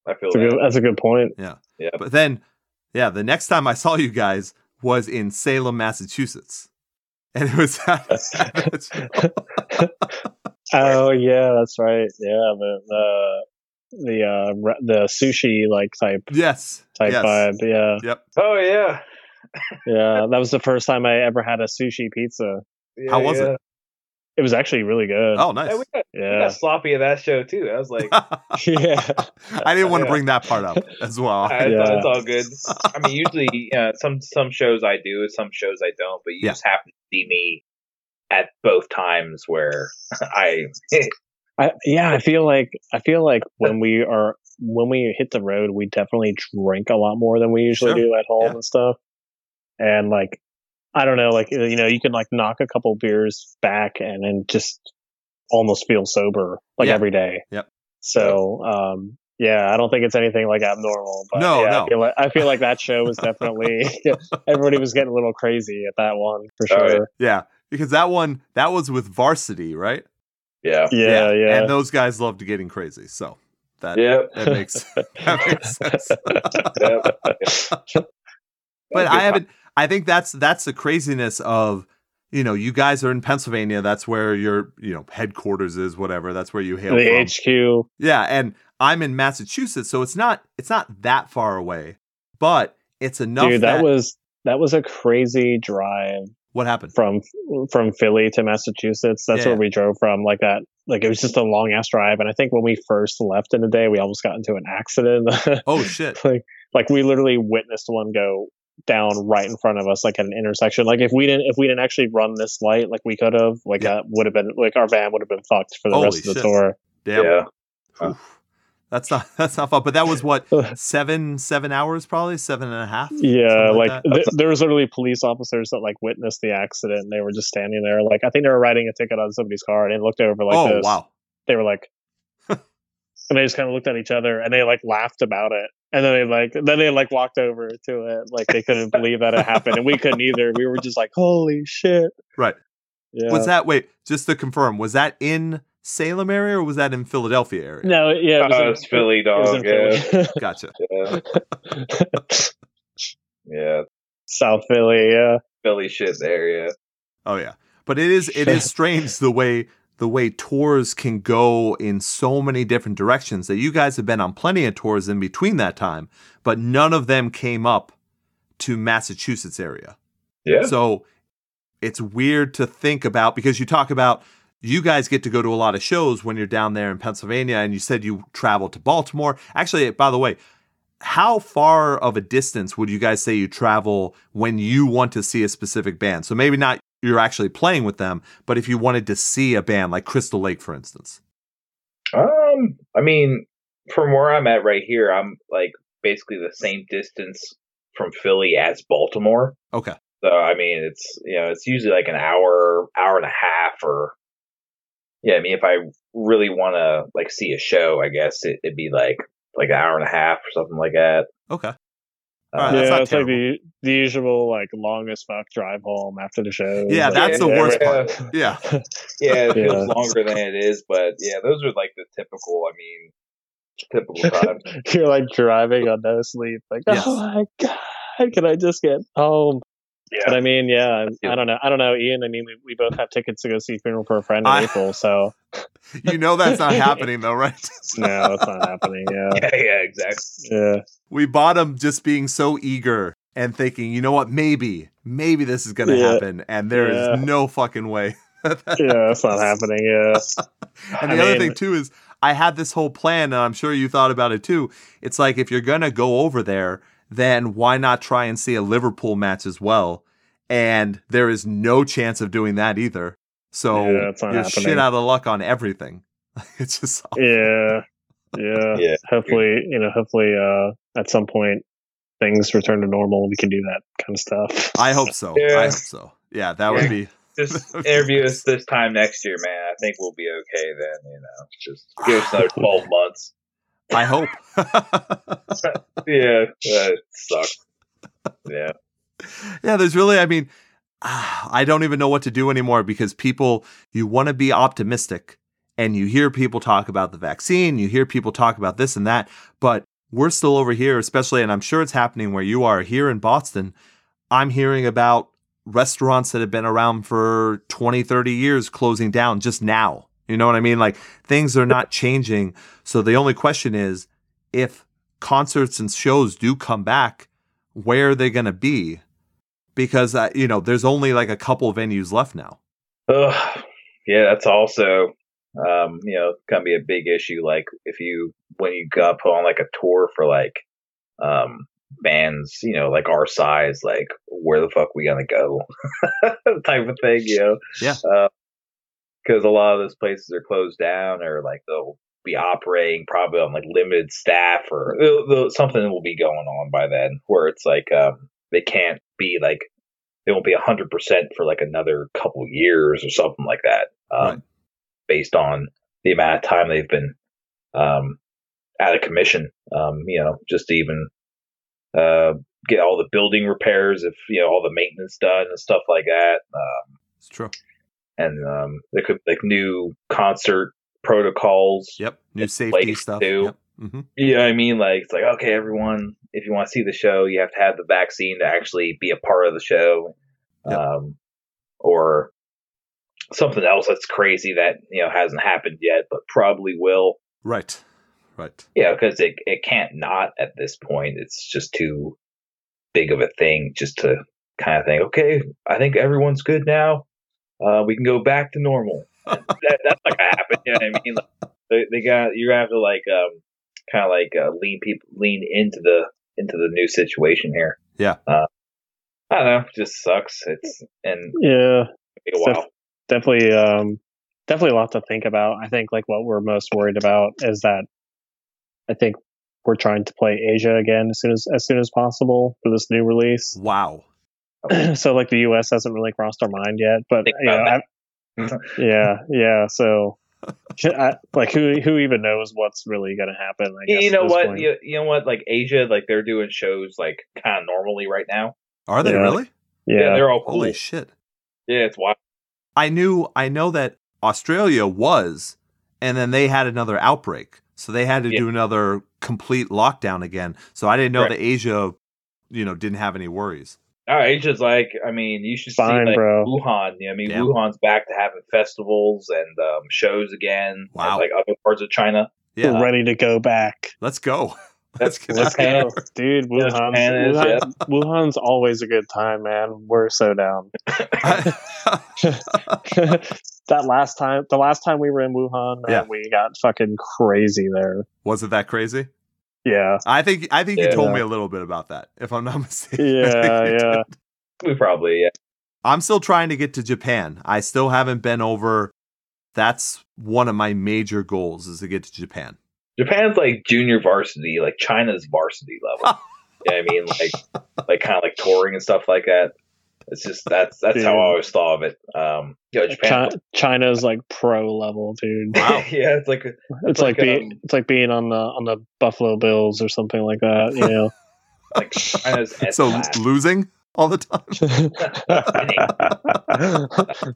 I feel That's a, good, that. that's a good point. But then, yeah, the next time I saw you guys was in Salem, Massachusetts, and it was Oh yeah, that's right. Yeah, the the the uh re- the sushi like type yes, type yes. vibe. Yeah, Yep. Oh yeah. yeah. That was the first time I ever had a sushi pizza. Yeah, How was yeah. it? It was actually really good. Oh, Yeah, nice. we got, we yeah, got sloppy at that show too. I was like, yeah, I didn't want to Yeah. bring that part up as well. I Yeah. it's all good. I mean, usually uh, some some shows I do, some shows I don't, but you Yeah. just happen to see me at both times where I I, yeah. I feel like I feel like when we are when we hit the road, we definitely drink a lot more than we usually Sure. do at home Yeah. and stuff. And like, I don't know, like you know, you can like knock a couple beers back and then just almost feel sober like Yeah. every day. Yep. So, um, yeah, I don't think it's anything like abnormal. But No, yeah, no. I feel, like, I feel like that show was definitely everybody was getting a little crazy at that one for Oh, sure. Yeah, because that one that was with Varsity, right? yeah Yeah, yeah. And those guys loved getting crazy, so that yeah. that makes that makes sense. yeah. But I haven't. I think that's that's the craziness of you know you guys are in Pennsylvania. That's where your you know headquarters is. Whatever. That's where you hail the from. HQ Yeah, and I'm in Massachusetts, so it's not it's not that far away, but it's enough. Dude, that was that was a crazy drive what happened. from from Philly to Massachusetts. That's Yeah. where we drove from. Like that, like it was just a long ass drive. And I think when we first left in the day, we almost got into an accident. Oh shit! like like we literally witnessed one go down right in front of us, like at an intersection. Like if we didn't if we didn't actually run this light, like we could have, like Yeah. that would have been like our van would have been fucked for the Holy rest of the shit. tour. Damn. yeah. Oof. That's not that's not fun. But that was what seven seven hours probably seven and a half. Yeah, Something like, that. th- there was literally police officers that like witnessed the accident. And they were just standing there, like I think they were writing a ticket on somebody's car, and they looked over like oh this. wow. They were like, and they just kind of looked at each other, and they like laughed about it, and then they like then they like walked over to it, like they couldn't believe that it happened, and we couldn't either. We were just like, holy shit! Right. Yeah. Was that wait? Just to confirm, was that in Salem area or was that in Philadelphia area? No, yeah, it was oh, in- it's Philly it was in dog. Yeah. Philly. Gotcha. yeah, yeah, South Philly, yeah. Philly shit there. Yeah, Oh yeah, but it is it is strange the way the way tours can go in so many different directions. That you guys have been on plenty of tours in between that time, but none of them came up to Massachusetts area. yeah. So it's weird to think about because you talk about you guys get to go to a lot of shows when you're down there in Pennsylvania, and you said you traveled to Baltimore. Actually, by the way. How far of a distance would you guys say you travel when you want to see a specific band? So maybe not you're actually playing with them, but if you wanted to see a band like Crystal Lake, for instance. Um, I mean, from where I'm at right here, I'm like basically the same distance from Philly as Baltimore. Okay. So I mean, it's you know, it's usually like an hour, hour and a half, or yeah. I mean, if I really want to like see a show, I guess it, it'd be like like an hour and a half or something like that. Okay. Uh, Alright, that's yeah, not it's like the, the usual like longest fuck drive home after the show. Yeah, Like, that's the yeah, worst right. part. Yeah. Yeah, it Yeah. feels longer than it is, but yeah, those are like the typical. I mean, typical time. You're like driving on no sleep, like Yes. oh my god, can I just get home? But I mean, yeah, I, I don't know, I don't know, Ian. I mean, we, we both have tickets to go see Funeral for a Friend in I- April, so You know that's not happening though, right? no, it's not happening. Yeah, yeah, yeah, exactly. yeah. We bought them just being so eager and thinking, you know what, maybe, maybe this is gonna Yeah. happen. And there is Yeah. no fucking way. yeah, it's not happening. Yeah, And I the other mean- thing too is I had this whole plan, and I'm sure you thought about it too. It's like if you're gonna go over there, then why not try and see a Liverpool match as well? And there is no chance of doing that either. So Yeah, it's not you're happening. shit out of luck on everything. it's just yeah, yeah. Yeah. Hopefully, you know, hopefully, uh, at some point, things return to normal. and We can do that kind of stuff. I hope so. Yeah. I hope so. Yeah, that would Yeah. be just interview us this time next year, man. I think we'll be okay then. You know, just give us another twelve months. I hope. Yeah, that sucks. Yeah, yeah, there's really I mean ah, I don't even know what to do anymore because people you want to be optimistic and you hear people talk about the vaccine, you hear people talk about this and that, but we're still over here especially and I'm sure it's happening where you are here in Boston. I'm hearing about restaurants that have been around for 20, 30 years closing down just now. You know what I mean? Like things are not changing. So the only question is if concerts and shows do come back, where are they going to be? Because, uh, you know, there's only like a couple venues left now. Ugh. yeah. That's also, um, you know, gonna be a big issue. Like if you when you got put on like a tour for like, um, bands, you know, like our size, like where the fuck we gonna go, type of thing. You know, Yeah. because a lot of those places are closed down or like they'll be operating probably on like limited staff or they'll- they'll- something will be going on by then where it's like um they can't be like they won't be 100% for like another couple years or something like that um, Right. based on the amount of time they've been um out of commission um you know just to even uh get all the building repairs if you know all the maintenance done and stuff like that um It's true. and um, there could be like new concert protocols. Yep. New It's safety place stuff. too. Yep. hmm You know what I mean? Like it's like okay, everyone, if you want to see the show, you have to have the vaccine to actually be a part of the show, Yep. um, or something else that's crazy that you know hasn't happened yet, but probably will. Right. Right. Yeah, because it it can't not at this point. It's just too big of a thing just to kind of think. Okay, I think everyone's good now. Uh, we can go back to normal. that, that's not gonna happen. You know what I mean? Like, they, they got you're gonna have to like um kind of like uh, lean people lean into the into the new situation here. Yeah. Uh, I don't know. It just sucks. It's and Yeah, take a while. definitely, um, definitely a lot to think about. I think like what we're most worried about is that I think we're trying to play Asia again as soon as as soon as possible for this new release. Wow. so like the U.S. hasn't really crossed our mind yet, but Think you know, about I, yeah, yeah. So I, like who who even knows what's really going to happen? I guess you at know this what? point. You, you know what? Like Asia, like they're doing shows like kind of normally right now. Are they Yeah. really? Yeah, yeah, they're all cool. Holy shit. yeah, it's wild. I knew I know that Australia was, and then they had another outbreak. So they had to Yeah. do another complete lockdown again. So I didn't know Correct. that Asia, you know, didn't have any worries. All right, Asia's like, I mean, you should Fine, see like bro. Wuhan. You know, what I mean, Yeah. Wuhan's back to having festivals and um, shows again. Wow. and, like other parts of China. Yeah. we're ready to go back. Let's go. Let's That's- get that's let's go. Oh, Japan. dude, Yeah, Wuhan's, Japan is, Wuhan's, Wuhan's always a good time, man. We're so down. that last time, the last time we were in Wuhan, man, Yeah. we got fucking crazy there. Was it that crazy? Yeah, I think I think you Yeah. told me a little bit about that, if I'm not mistaken. I think yeah, you yeah. did. We probably yeah. I'm still trying to get to Japan. I still haven't been over. That's one of my major goals is to get to Japan. Japan's like junior varsity, like China's varsity level. yeah, I mean, like like kind of like touring and stuff like that. It's just that's that's how Dude. I always thought of it. Um, you know, Japan. Chi- China's like pro level, dude. Wow. yeah, it's like It's like like, being um, it's like being on the on the Buffalo Bills or something like that. You know. like China's so S-class. losing all the time.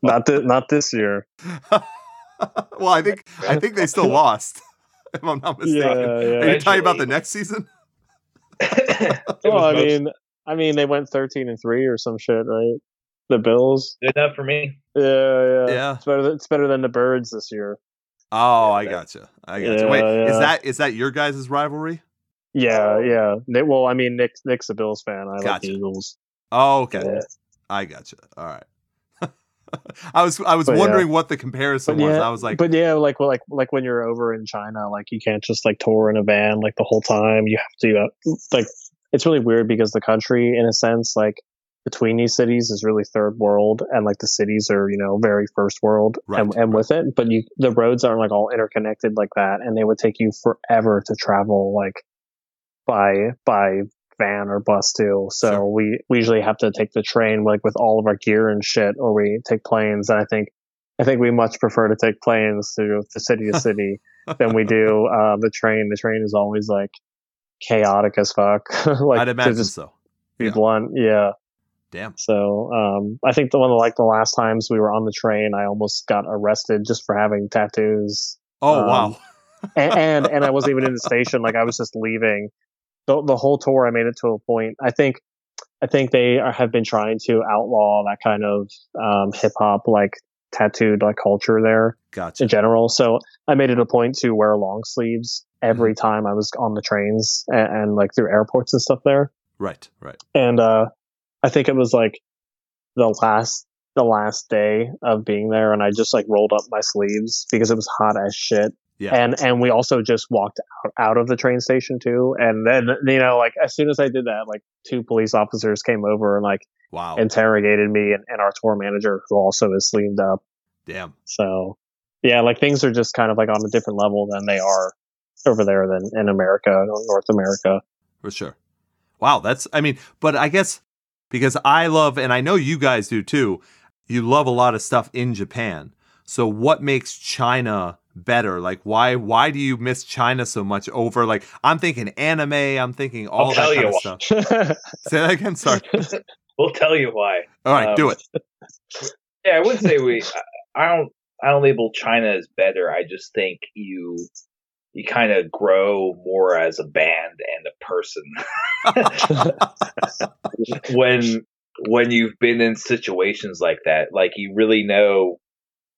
not thi- not this year. well, I think I think they still lost. If I'm not mistaken. Are yeah. you talking about the Eventually. next season? It was Well, I most- mean, I mean, they went thirteen and three or some shit, right? The Bills. good enough for me. Yeah, yeah. Yeah. It's better. Than, it's better than the Birds this year. Oh, I Yeah. gotcha. I gotcha. Wait, Yeah, is yeah. that is that your guys' rivalry? Yeah, Oh. yeah. Nick, well, I mean, Nick Nick's a Bills fan. I like Gotcha. the Eagles. Oh, okay. Yeah. I gotcha. All right. I was I was But yeah. wondering what the comparison But was. yeah, I was like, But yeah, like well, like like when you're over in China, like you can't just like tour in a van like the whole time. You have to uh, like it's really weird because the country, in a sense, like between these cities is really third world, and like the cities are you know very first world, and, Right, and with it, but you the roads aren't like all interconnected like that, and they would take you forever to travel like by by van or bus too. So Sure. we we usually have to take the train like with all of our gear and shit, or we take planes. And I think I think we much prefer to take planes to, to city to city than we do uh, the train. The train is always like chaotic as fuck. like I'd to imagine just so. be yeah. blunt, yeah. Damn. So um, I think the one like the last times we were on the train, I almost got arrested just for having tattoos Oh Um, wow. and and, and I wasn't even in the station. Like I was just leaving. The, the whole tour, I made it to a point. I think, I think they are, have been trying to outlaw that kind of um, hip hop like tattooed like culture there Gotcha. in general. So I made it a point to wear long sleeves every time I was on the trains and, and like through airports and stuff there Right. Right. and uh i think it was like the last the last day of being there and i just like rolled up my sleeves because it was hot as shit Yeah. and and we also just walked out, out of the train station too and then you know like as soon as i did that like two police officers came over and like Wow. interrogated me and, and our tour manager who also is sleeved up Damn. so yeah like things are just kind of like on a different level than they are over there than in america or north america For sure. Wow, that's I mean, but I guess because I love and I know you guys do too, you love a lot of stuff in Japan. So what makes China better? Like why why do you miss China so much over like I'm thinking anime, I'm thinking all that tell kind you of why. stuff. Say that again, sorry. We'll tell you why. All right, Um, do it. Yeah, I wouldn't say we. I- I don't. I don't label China as better. I just think you you kind of grow more as a band and a person when when you've been in situations like that. Like you really know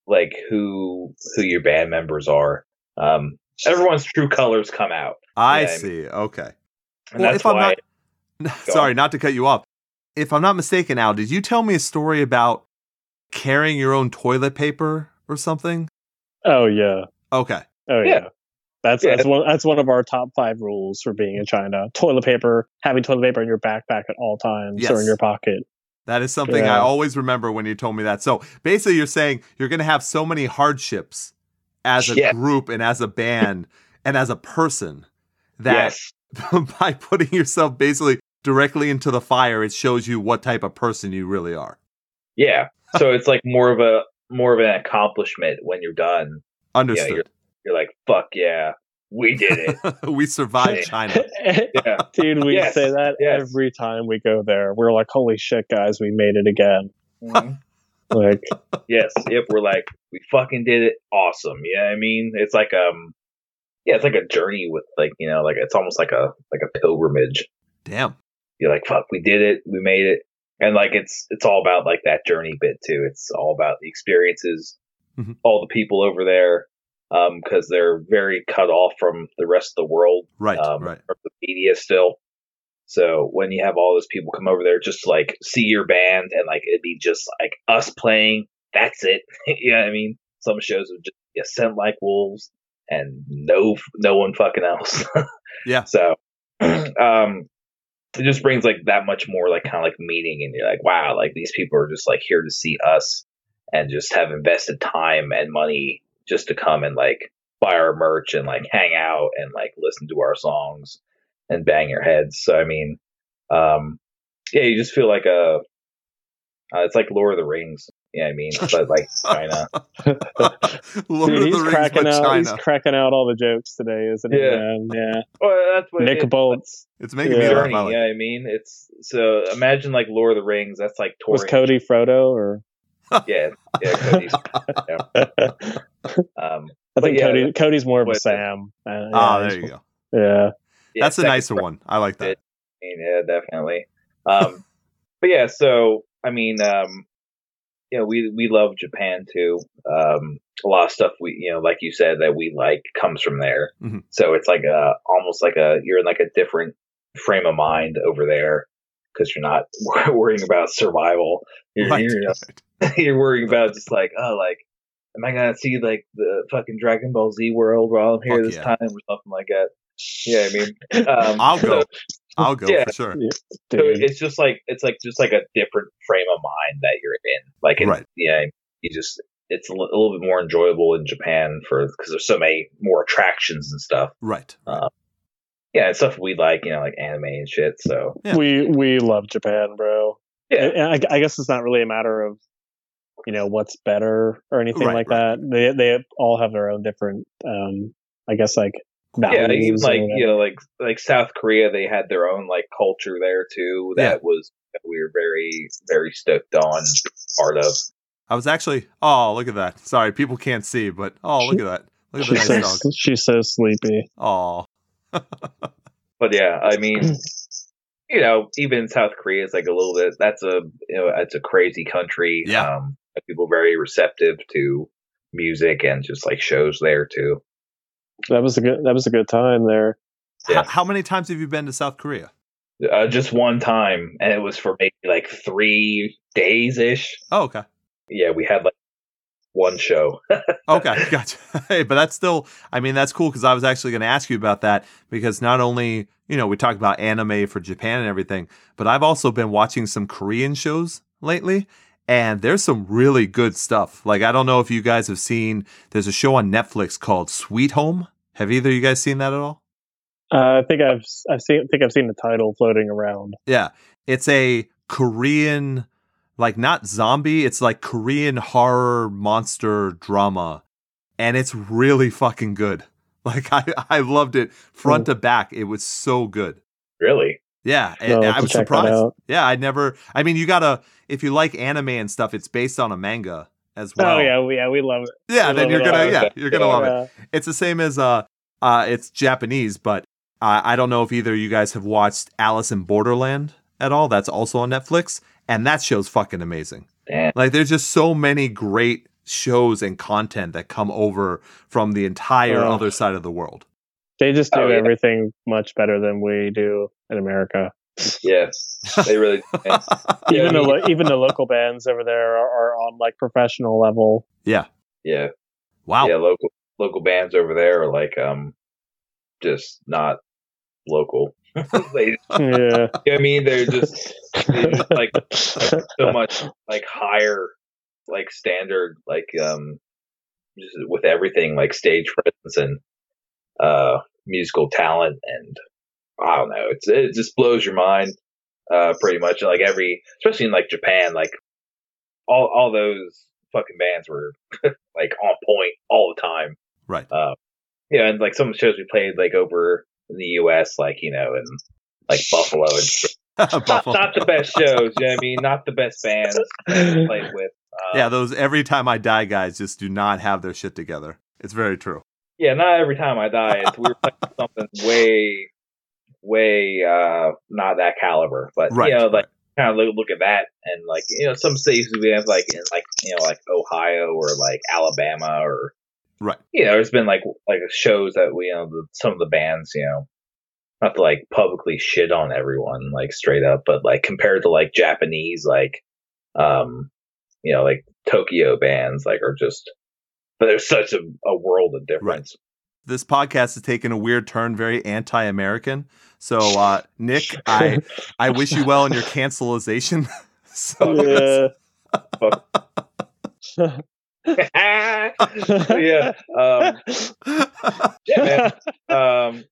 like who who your band members are. Um, everyone's true colors come out. I yeah, I mean- see. Okay. And Well, that's if I'm why not- Sorry, on. not to cut you off. If I'm not mistaken, Al, did you tell me a story about carrying your own toilet paper or something? oh yeah Okay. Oh yeah. Yeah. That's, Yeah. that's one that's one of our top five rules for being in China. Toilet paper, having toilet paper in your backpack at all times or Yes. in your pocket. That is something I Yeah. always remember when you told me that. So basically, you're saying you're going to have so many hardships as a Yeah. group and as a band and as a person. that by putting yourself basically directly into the fire, it shows you what type of person you really are. Yeah. So it's like more of a more of an accomplishment when you're done. Understood. you're- You're like, fuck yeah, we did it. we survived Yeah. China. Yeah. Dude, we Yes, say that yes. every time we go there. We're like, holy shit, guys, we made it again. Mhm. Like, yes. Yep. We're like, we fucking did it. Awesome. You know what I mean? It's like um, yeah, it's like a journey with like you know, like it's almost like a like a pilgrimage. Damn. You're like, fuck, we did it. We made it. And like it's it's all about like that journey bit too. It's all about the experiences, Mhm. all the people over there, um, because they're very cut off from the rest of the world. Right, um, right. from the media still. So when you have all those people come over there, just like see your band and like it'd be just like us playing. That's it. you know what I mean? Some shows would just be sent like wolves and no no one fucking else. Yeah. So um it just brings like that much more like kind of like meaning and you're like wow like these people are just like here to see us and just have invested time and money just to come and like buy our merch and like hang out and like listen to our songs and bang your heads. So I mean, um, yeah, you just feel like a uh, it's like Lord of the Rings. Yeah, I mean, but like China. Lord dude, of he's the Rings, but cracking out. He's China. cracking out all the jokes today, isn't he? Yeah. man? Yeah. Well, that's what Nick it- Boltz It's making me Yeah. laugh. journey. I Yeah, like I mean, it's so imagine like Lord of the Rings. That's like was touring. Cody Frodo, or Yeah, yeah, Cody's, I um, But think yeah, Cody Cody's more of a but- Sam. Uh, yeah, Ah, there you go. Yeah. yeah, That's a second nicer one. I like that. I mean, yeah, definitely. Um, but yeah, so I mean, um, you know, we we love Japan too. Um, a lot of stuff we, you know, like you said, that we like comes from there. Mhm. So it's like a almost like a you're in like a different frame of mind over there because you're not worrying about survival. You're, Right, you're, right. you're worrying about just like oh like am i gonna see like the fucking dragon ball z world while i'm here Fuck this yeah. time or something like that yeah i mean um, I'll so- go. I'll go Yeah. for sure. Dude. so it's just like it's like just like a different frame of mind that you're in. Like it's, Right. yeah, you just it's a li- a little bit more enjoyable in Japan for because there's so many more attractions and stuff. Right. Yeah, and stuff we like, you know, like anime and shit. So yeah. We we love Japan, bro. yeah, And- and I, I guess it's not really a matter of you know what's better or anything Right, like right. that. They they all have their own different, um, I guess, like yeah, values. even or like whatever. you know, like like South Korea, they had their own like culture there too. That Yeah. was that we were very very stoked on part of. I was actually. Oh, look at that. Sorry, people can't see, but oh, look at that. Look at she's, the nice so, dog. she's so sleepy. Oh, But yeah, I mean, you know, even in South Korea, it's like a little bit. That's a you know, it's a crazy country. Yeah. um, people very receptive to music and just like shows there too. That was a good. That was a good time there. Yeah. how, how many times have you been to South Korea? Uh, just one time, and it was for maybe like three days ish. Oh, okay. Yeah, we had like one show. Okay, gotcha. Hey, but that's still, I mean, that's cool because I was actually going to ask you about that because not only, you know, we talk about anime for Japan and everything, but I've also been watching some Korean shows lately and there's some really good stuff. Like, I don't know if you guys have seen, there's a show on Netflix called Sweet Home. Have either of you guys seen that at all? Uh, I think I've s- I've seen think I've seen the title floating around. Yeah. It's a Korean, like not zombie, it's like Korean horror monster drama. And it's really fucking good. Like I, I loved it front to back. It was so good. really? Yeah. I'll And have I to was check that surprised. out. Yeah. I never, I mean, you gotta, if you like anime and stuff, it's based on a manga as well. Oh yeah, we, yeah, we love it. Yeah. I Then love you're it. gonna, I love yeah, that. you're gonna love it Uh, it's the same as uh uh it's Japanese, but uh, I don't know if either of you guys have watched Alice in Borderland at all. That's also on Netflix, and that show's fucking amazing. Damn. Like there's just so many great shows and content that come over from the entire Oh. other side of the world. They just do Oh, yeah. everything much better than we do in America. Yeah, they really. yeah. Even the yeah. lo- even the local bands over there are, are on like professional level. yeah. wow. Yeah, local local bands over there are like um just not local. they, Yeah, I mean, they're just they just like so much like higher like standard like um just with everything like stage presence and uh musical talent and I don't know. It's it just blows your mind, uh, pretty much. And like every, especially in like Japan, like all all those fucking bands were like on point all the time. Right. Uh, yeah, and like some of the shows we played like over in the U.S., like you know, and like Buffalo and not, Buffalo. not the best shows. You know what I mean? Not the best bands that we played with. Uh, yeah, those every time I die guys just do not have their shit together. It's very true. Yeah, not every time I die. It's, we were playing something way, way uh not that caliber. But Right, you know, like right. kind of look, look at that, and like you know, some states we have like in like you know like Ohio or like Alabama or Right. You know, there's been like like shows that we you know the, some of the bands you know. Not to like publicly shit on everyone, like straight up, but like compared to like Japanese, like, um, you know, like Tokyo bands, like are just there's such a, a world of difference. This podcast has taken a weird turn, very anti-American. So, uh, Nick, I I wish you well in your cancelization. so Yeah. yeah. Um, yeah, man. Um,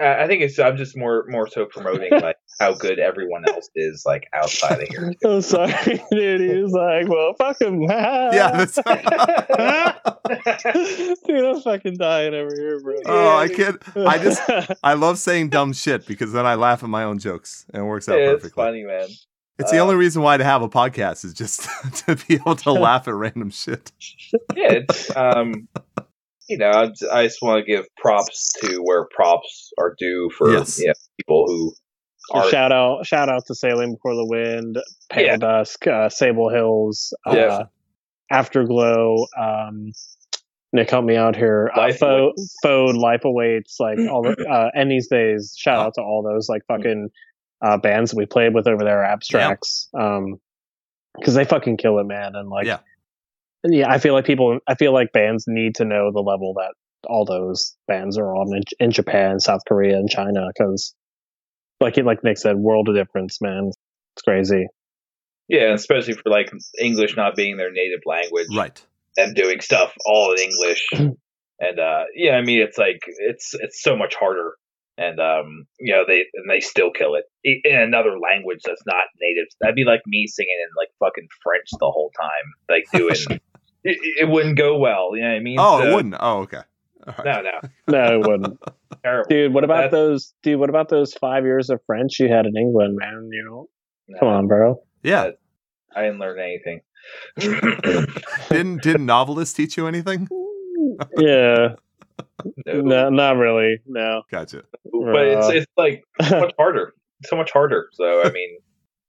I I think it's. I'm just more more so promoting like how good everyone else is like outside of here. I'm sorry, dude. He was like, well, fuck him. yeah, that's, dude, I'm fucking dying over here, bro. oh, I can't. I just I love saying dumb shit because then I laugh at my own jokes and it works out Yeah, it's perfectly. funny, man. It's the only Uh, reason why to have a podcast is just to be able to laugh at random shit. Yeah, it's um, you know, I, j- I just want to give props to where props are due for Yes. yeah, people who are shout out, shout out to Sailing Before the Wind, Pale Yeah. Dusk, uh, Sable Hills, uh, Yeah. Afterglow. Um, Nick, help me out here. Uh, Life Fo- Fode, Life Awaits, like all the uh, and these days. Uh-huh. Shout out to all those Mm. like fucking uh, bands that we played with over there, abstracts. Um, because they fucking kill it, man. And like, Yeah. yeah, I feel like people, I feel like bands need to know the level that all those bands are on in, in Japan, South Korea, and China. Because, like, like Nick said, world of difference, man. It's crazy. yeah, especially for like English not being their native language. Right. them doing stuff all in English. and uh yeah, I mean it's like it's it's so much harder. And um you know they and they still kill it I- in another language that's not native. That'd be like me singing in like fucking French the whole time, like doing it, it wouldn't go well, you know what I mean? Oh, So- it wouldn't. Oh, okay. All right. No, no. No, it wouldn't, Terrible. dude. What about That's- those, dude? What about those five years of French you had in England, man? You know, come on, bro. Yeah. I didn't learn anything. Didn't didn't novelists teach you anything? yeah, No. no, not really. No, Uh, Gotcha. But Uh. it's it's like so much harder. So much harder. So I mean,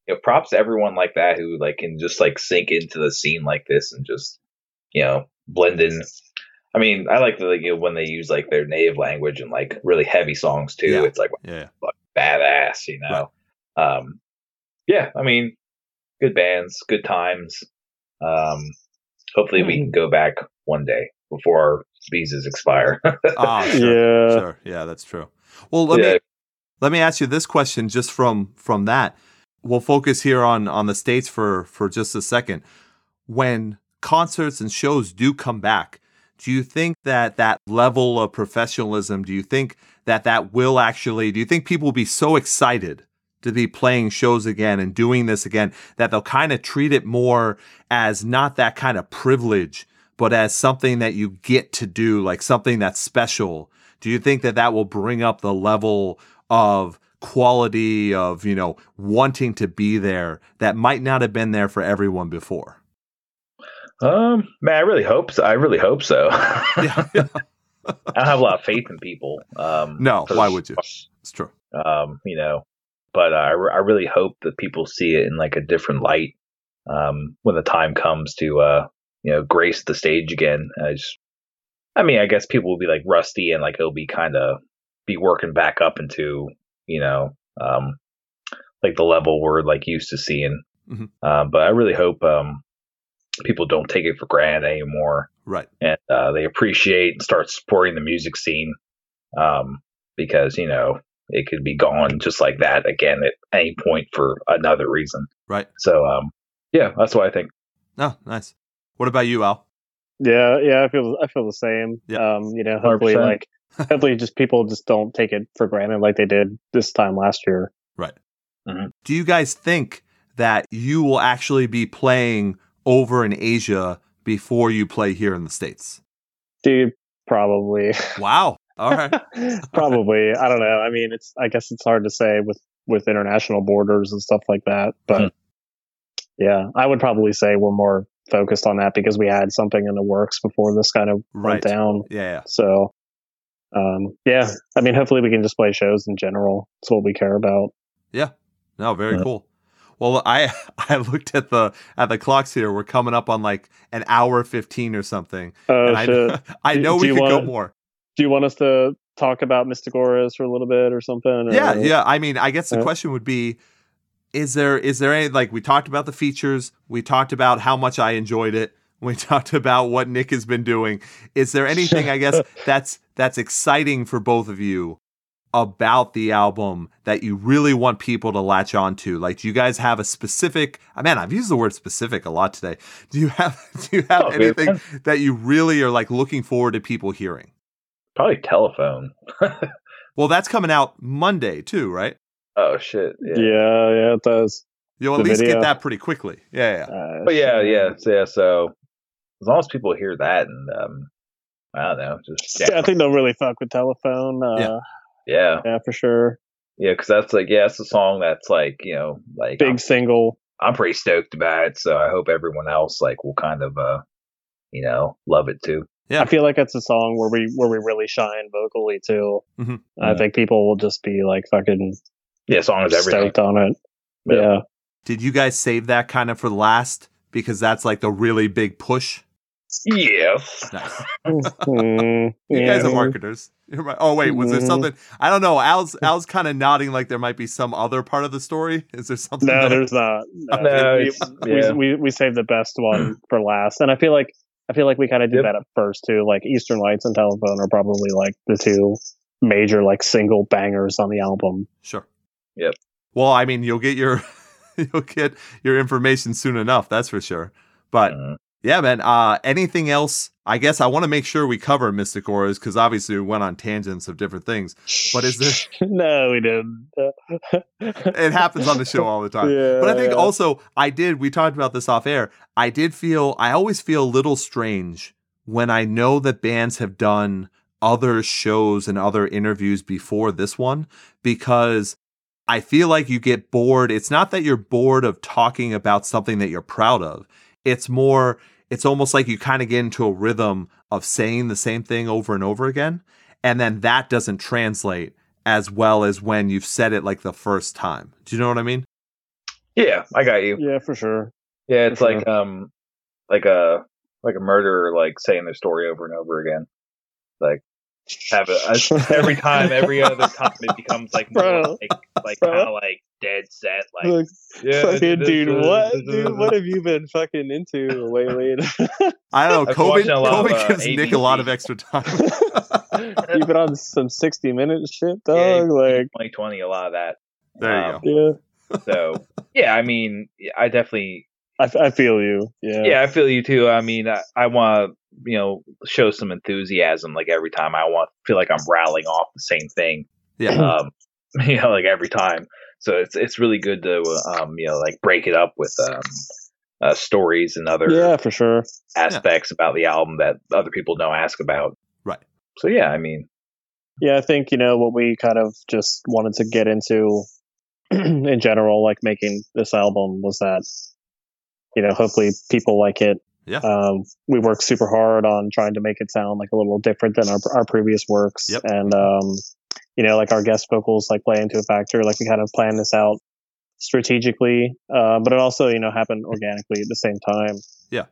you know, props to everyone like that who like can just like sink into the scene like this and just you know blend in. I mean, I like the like, you know, when they use like their native language and like really heavy songs too. Yeah. It's like Yeah. badass, you know. Um, yeah, I mean, good bands, good times. Um, hopefully Hmm. we can go back one day before our visas expire. Ah, sure. yeah. Sure. Yeah, that's true. Well, let Yeah. me let me ask you this question just from from that. We'll focus here on on the states for for just a second. When concerts and shows do come back, do you think that that level of professionalism, do you think that that will actually, do you think people will be so excited to be playing shows again and doing this again that they'll kind of treat it more as not that kind of privilege, but as something that you get to do, like something that's special? Do you think that that will bring up the level of quality of, you know, wanting to be there that might not have been there for everyone before? Um, man, I really hope so. I really hope so. Yeah. I don't have a lot of faith in people. Um, No, 'cause, why would you? It's true. Um, you know, but uh, I, re- I really hope that people see it in like a different light um, when the time comes to uh, you know grace the stage again. I just, I mean, I guess people will be like rusty and like it'll be kind of be working back up into you know um, like the level we're like used to seeing. Mhm. Uh, but I really hope um, people don't take it for granted anymore Right. and uh, they appreciate and start supporting the music scene um, because you know it could be gone just like that again at any point for another reason. Right. So um, yeah, that's what I think. Oh, nice. What about you, Al? Yeah, yeah, I feel I feel the same. Yeah. Um, you know, hopefully 100%. like Hopefully, just people just don't take it for granted like they did this time last year. Right. Mhm. Do you guys think that you will actually be playing over in Asia before you play here in the States? Dude, probably. Wow. All right. probably. I don't know. I mean, it's. I guess it's hard to say with with international borders and stuff like that. But Mhm. yeah, I would probably say we're more focused on that because we had something in the works before this kind of Right. went down. Yeah. So um, yeah, I mean, hopefully we can just play shows in general. It's what we care about. No, very Yeah. cool. Well, I I looked at the at the clocks here. We're coming up on like an hour fifteen or something. Oh and I, shit. I Do- know do we you could go wanna- more. Do you want us to talk about Mystagoras for a little bit or something? or- Yeah, yeah. I mean, I guess the Uh, question would be is there is there any like we talked about the features, we talked about how much I enjoyed it, we talked about what Nick has been doing. Is there anything I guess that's that's exciting for both of you about the album that you really want people to latch on to? Like do you guys have a specific uh, man, I've used the word specific a lot today. Do you have do you have Oh, dude. anything that you really are like looking forward to people hearing? Probably telephone. Well, that's coming out Monday too, right? oh shit. yeah, yeah, it does. You'll at The least video. get that pretty quickly. Yeah, yeah. Uh, But yeah, shit. yeah, so, yeah. So as long as people hear that, and um, I don't know, just Yeah, I think they'll really fuck with telephone. Uh, Yeah. yeah. yeah, for sure. yeah, because that's like yeah, it's a song that's like you know like Big I'm, single. I'm pretty stoked about it, so I hope everyone else like will kind of uh you know love it too. Yeah. I feel like it's a song where we where we really shine vocally too. Mhm. Mm-hmm. I think people will just be like fucking Yeah, song is everything. stoked on it. Yeah. yeah. Did you guys save that kind of for last because that's like the really big push? Yes. Nice. Mm, You guys are yeah. marketers. You're right. Oh wait, was there Mhm. something? I don't know. Al's Al's kind of nodding like there might be some other part of the story. Is there something? No, that- there's not. No, No, we, it's- we, yeah. we, we saved the best one for last, and I feel like I feel like we kind of did Yep. that at first too. Like Eastern Lights and Telephone are probably like the two major like single bangers on the album. sure. Yep. Well, I mean, you'll get your you'll get your information soon enough. That's for sure. But Mhm. Yeah, man. Uh, anything else? I guess I want to make sure we cover Mystic Auras because obviously we went on tangents of different things. But is there- no, we didn't. It happens on the show all the time. But I think Yeah. also I did. We talked about this off air. I did feel. I always feel a little strange when I know that bands have done other shows and other interviews before this one because I feel like you get bored. It's not that you're bored of talking about something that you're proud of. It's more. It's almost like you kind of get into a rhythm of saying the same thing over and over again, and then that doesn't translate as well as when you've said it like the first time. Do you know what I mean? Yeah, I got you. yeah, for sure. Yeah, it's For sure. like um, like a like a murderer like saying their story over and over again. Like have it I- every time, every other time it becomes like more Bro. like like Bro. kind of like dead set. Like Look, yeah, fucking this dude, is- what, this is- dude? What have you been fucking into lately? I don't know. I've been COVID, watching a lot of, COVID uh, gives Nick a lot of ABC. extra time. You've been on some sixty minute shit, Yeah, dog. like, 2020, a lot of that. There you Um, yeah, So yeah, I mean, I definitely I, f- I feel you. Yeah, yeah, I feel you too. I mean, I, I want to you know show some enthusiasm like every time. I want feel like I'm rattling off the same thing. Yeah. um, you know, like every time. So it's it's really good to um, you know like break it up with um, uh, stories and other yeah, for sure. aspects about the album that other people don't ask about. Right. So yeah, I mean, Yeah, I think you know what we kind of just wanted to get into in general, like making this album was that you know hopefully people like it. Yeah. Um, we worked super hard on trying to make it sound like a little different than our our previous works, Yep. and um, you know like our guest vocals like play into a factor. Like we kind of planned this out strategically, uh, but it also you know happened organically at the same time. Yeah.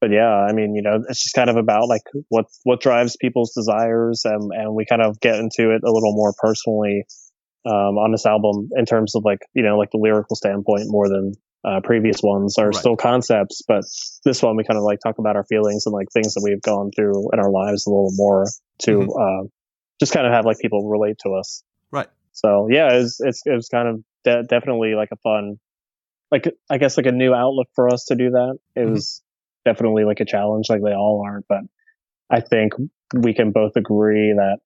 But yeah, I mean, you know, it's just kind of about like what what drives people's desires, and and we kind of get into it a little more personally um, on this album in terms of like you know like the lyrical standpoint more than uh, previous ones are Right. still concepts, but this one we kind of like talk about our feelings and like things that we've gone through in our lives a little more to uh, just kind of have like people relate to us. Right. So yeah, it's it's it was kind of de- definitely like a fun, like I guess like a new outlook for us to do that. It Mhm. was definitely like a challenge, like they all are. But I think we can both agree that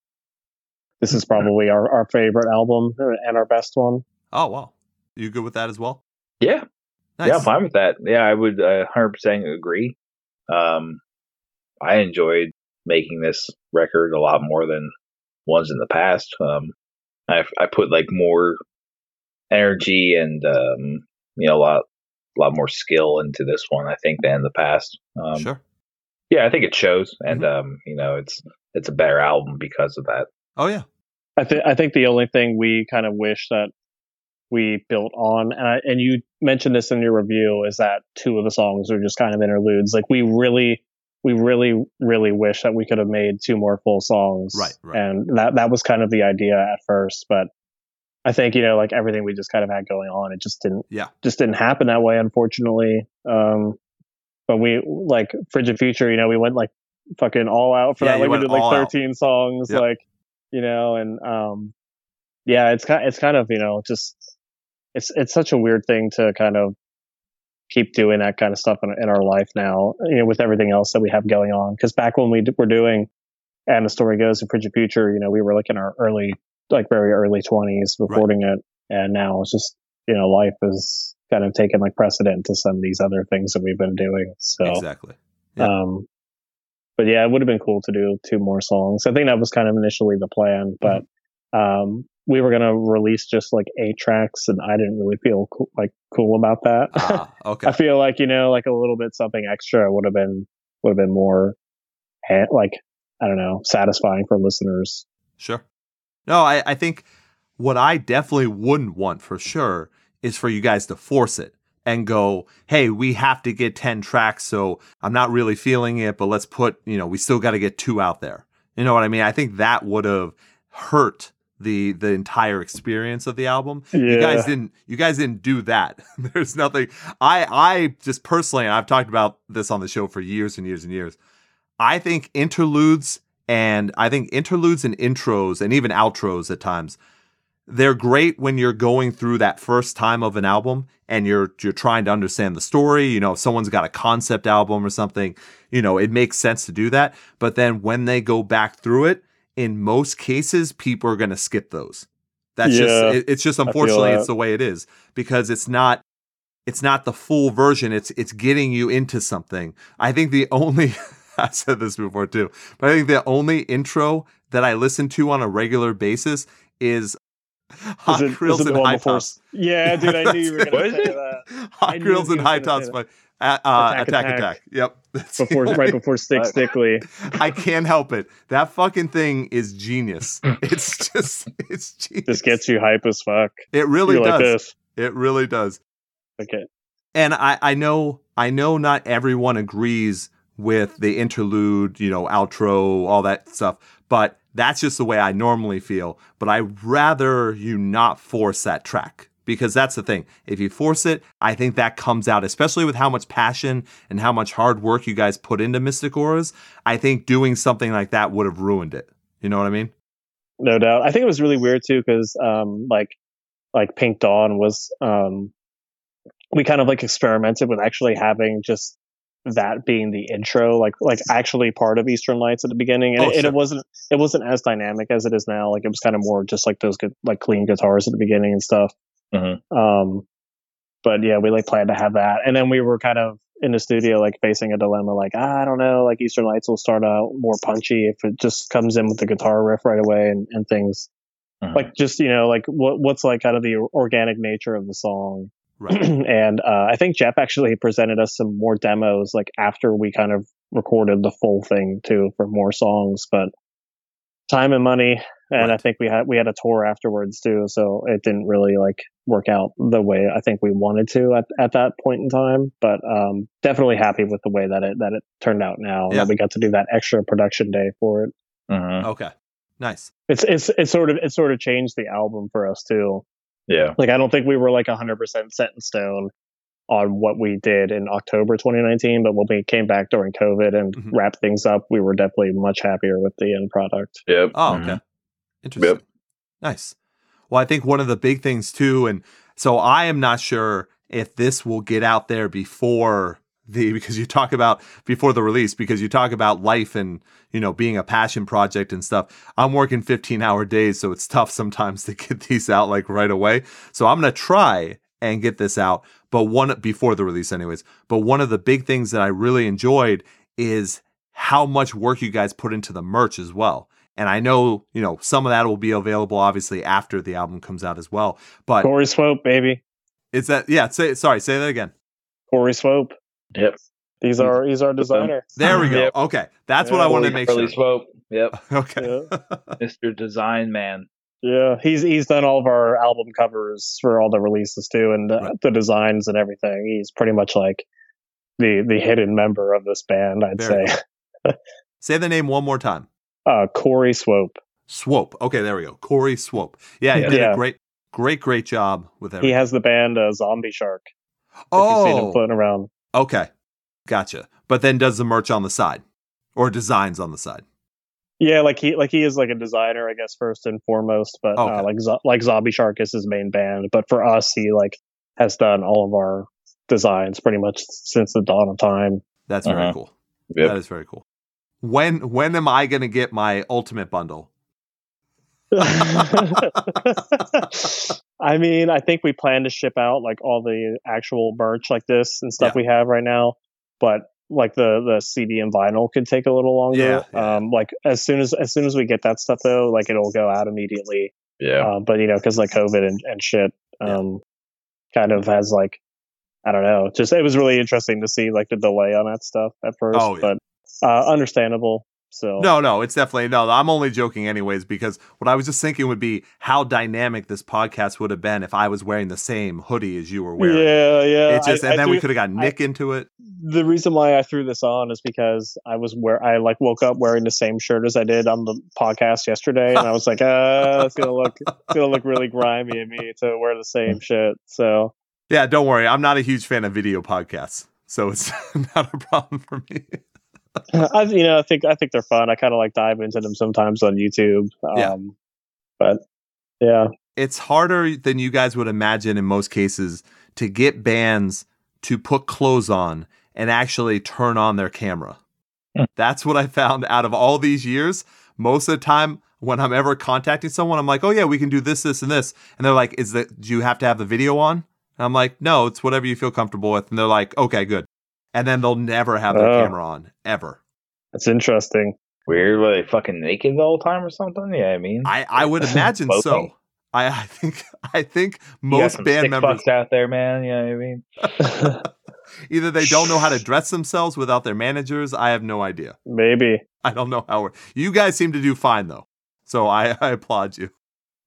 This is probably our, our favorite album and our best one. Oh wow, you good with that as well? Yeah, Nice. yeah, I'm fine with that. Yeah, I would uh, 100% agree. Um, I enjoyed making this record a lot more than ones in the past. Um, I I put like more energy and um, you know a lot a lot more skill into this one I think than the past. Um, sure. Mm-hmm. Yeah, I think it shows, and um, you know it's it's a better album because of that. Oh yeah. I think I think the only thing we kind of wish that we built on, and, I, and you mentioned this in your review, is that two of the songs are just kind of interludes. Like we really, we really, really wish that we could have made two more full songs. Right, right. And that that was kind of the idea at first, but I think you know, like everything we just kind of had going on, it just didn't, Yeah. just didn't happen that way, unfortunately. Um, but we like Frigid Future, you know, we went like fucking all out for Yeah, that. you Like we went did all like out. 13 songs, Yep. like you know, and um, yeah, it's kind, it's kind of you know, just it's it's such a weird thing to kind of keep doing that kind of stuff in, in our life now, you know, with everything else that we have going on. Because back when we d- were doing, and the story goes in Frigid Future, you know, we were like in our early, like very early 20s recording it, and now it's just you know, life is kind of taken like precedent to some of these other things that we've been doing. So, Exactly. Yeah. um, but yeah, it would have been cool to do two more songs. I think that was kind of initially the plan, Mm-hmm. but um, we were gonna release just like eight tracks, and I didn't really feel cool, like cool about that. Ah, okay. I feel like you know, like a little bit something extra would have been would have been more eh, like I don't know, satisfying for listeners. Sure. No, I, I think what I definitely wouldn't want for sure is for you guys to force it and go, hey, we have to get 10 tracks. So I'm not really feeling it, but let's put, you know, we still got to get two out there. You know what I mean? I think that would have hurt the the entire experience of the album. You guys didn't you guys didn't do that. There's nothing I I just personally and I've talked about this on the show for years and years and years. I think interludes and I think interludes and intros and even outros at times they're great when you're going through that first time of an album and you're you're trying to understand the story, you know, if someone's got a concept album or something, you know, it makes sense to do that, but then when they go back through it, in most cases people are going to skip those. That's Yeah. just it, it's just unfortunately that. it's the way it is because it's not it's not the full version. It's it's getting you into something. I think the only I said this before too, but I think the only intro that I listen to on a regular basis is Hot Is it- Grills is it the and one High before- Tops. Yeah, dude, I knew you were What gonna is say it? that. I Hot knew Grills he and was High gonna Tops say by uh, uh, attack, Attack, attack Attack. Yep. That's the before only- right before Stick Right. Stickly. I can't help it. That fucking thing is genius. It's just it's genius. This gets you hype as fuck. it really You're does. like this. It really does. Okay. and I, I know I know not everyone agrees with the interlude, you know, outro, all that stuff, but that's just the way I normally feel. But I rather you not force that track because that's the thing. If you force it, I think that comes out, especially with how much passion and how much hard work you guys put into Mystic Auras. I think doing something like that would have ruined it. You know what I mean? No doubt. I think it was really weird too because um like like Pink Dawn was um we kind of like experimented with actually having just that being the intro, like like actually part of Eastern Lights at the beginning. And, Oh, it, and sure. it wasn't it wasn't as dynamic as it is now. Like it was kind of more just like those good like clean guitars at the beginning and stuff. Mhm. Mm-hmm. Um but yeah, we like planned to have that. And then we were kind of in the studio like facing a dilemma like ah, I don't know, like Eastern Lights will start out more punchy if it just comes in with the guitar riff right away and, and things Mhm. like just you know like what what's like kind of the organic nature of the song Right. and uh, I think Jeff actually presented us some more demos like after we kind of recorded the full thing too for more songs but time and money and I Right. think we had we had a tour afterwards too so it didn't really like work out the way I think we wanted to at, at that point in time but um definitely happy with the way that it that it turned out now Yeah. that we got to do that extra production day for it Mhm. okay. Nice. it's it's it's sort of it sort of changed the album for us too Yeah, like I don't think we were like 100% set in stone on what we did in October 2019, but when we came back during COVID and Mhm. wrapped things up, we were definitely much happier with the end product. yep. Oh, Mhm. okay. Interesting. Nice. Well, I think one of the big things too, and so I am not sure if this will get out there before the because you talk about before the release because you talk about life and you know being a passion project and stuff i'm working 15 hour days so it's tough sometimes to get these out like right away so i'm going to try and get this out but one before the release anyways but one of the big things that i really enjoyed is how much work you guys put into the merch as well and I know, you know, some of that will be available obviously after the album comes out as well. But Corey Swope, baby. Is that yeah, say sorry, say that again. Corey Swope. Yep. He's our he's our designer. Mm-hmm. There we go. Yep. Okay. That's yeah, what I wanted to make Corey sure. Swope. Yep. okay. Yeah. Mr. Design Man. yeah. He's he's done all of our album covers for all the releases too and the, Right. the designs and everything. He's pretty much like the the hidden member of this band, I'd There you say. Say the name one more time. Uh Corey Swope. Swope. Okay, there we go. Corey Swope. Yeah, he Yeah. did a Yeah. great, great, great job with He everything. has the band uh, Zombie Shark. If you've seen him oh, floating around. okay. Gotcha. But then does the merch on the side or designs on the side. Yeah, like he like he is like a designer, I guess first and foremost. But Okay. uh, like Zo- like Zombie Shark is his main band. But for us, he like has done all of our designs pretty much since the dawn of time. That's very Uh-huh. cool. Yep. That is very cool. When when am I gonna get my ultimate bundle? I mean, I think we plan to ship out like all the actual merch like this and stuff Yeah. we have right now, but like the the CD and vinyl could take a little longer. Yeah, yeah. Um, like as soon as as soon as we get that stuff though, like it'll go out immediately. Yeah. Um, but you know, because like COVID and, and shit, um, kind of has like, I don't know, just it was really interesting to see like the delay on that stuff at first, Oh, yeah. but uh, understandable. So No, no, it's definitely no. I'm only joking, anyways, because what I was just thinking would be how dynamic this podcast would have been if I was wearing the same hoodie as you were wearing. yeah, yeah. It just, I- and I then we do- could have got Nick into it. the reason why I threw this on is because I was where I like woke up wearing the same shirt as I did on the podcast yesterday, and I was like, uh, it's gonna look it's gonna look really grimy of me to wear the same shit. So Yeah, don't worry. I'm not a huge fan of video podcasts, so it's not a problem for me. I, you know, I think I think they're fun. I kind of like dive into them sometimes on YouTube. Um, Yeah. But yeah, It's harder than you guys would imagine in most cases to get bands to put clothes on and actually turn on their camera. Hmm. That's what I found out of all these years. Most of the time, when I'm ever contacting someone, I'm like, "Oh yeah, we can do this, this, and this," and they're like, "Is that? Do you have to have the video on?" And I'm like, "No, it's whatever you feel comfortable with." And they're like, "Okay, good." And then they'll never have their Oh. camera on ever. that's interesting. Weird. Were they fucking naked the whole time or something? Yeah, I mean, I I would imagine so. Smoking. I, I think I think You got most some band sick members fucks out there, man. Yeah, I mean, either they don't know how to dress themselves without their managers. I have no idea. Maybe. I don't know how. We're, you guys seem to do fine though, so I, I applaud you.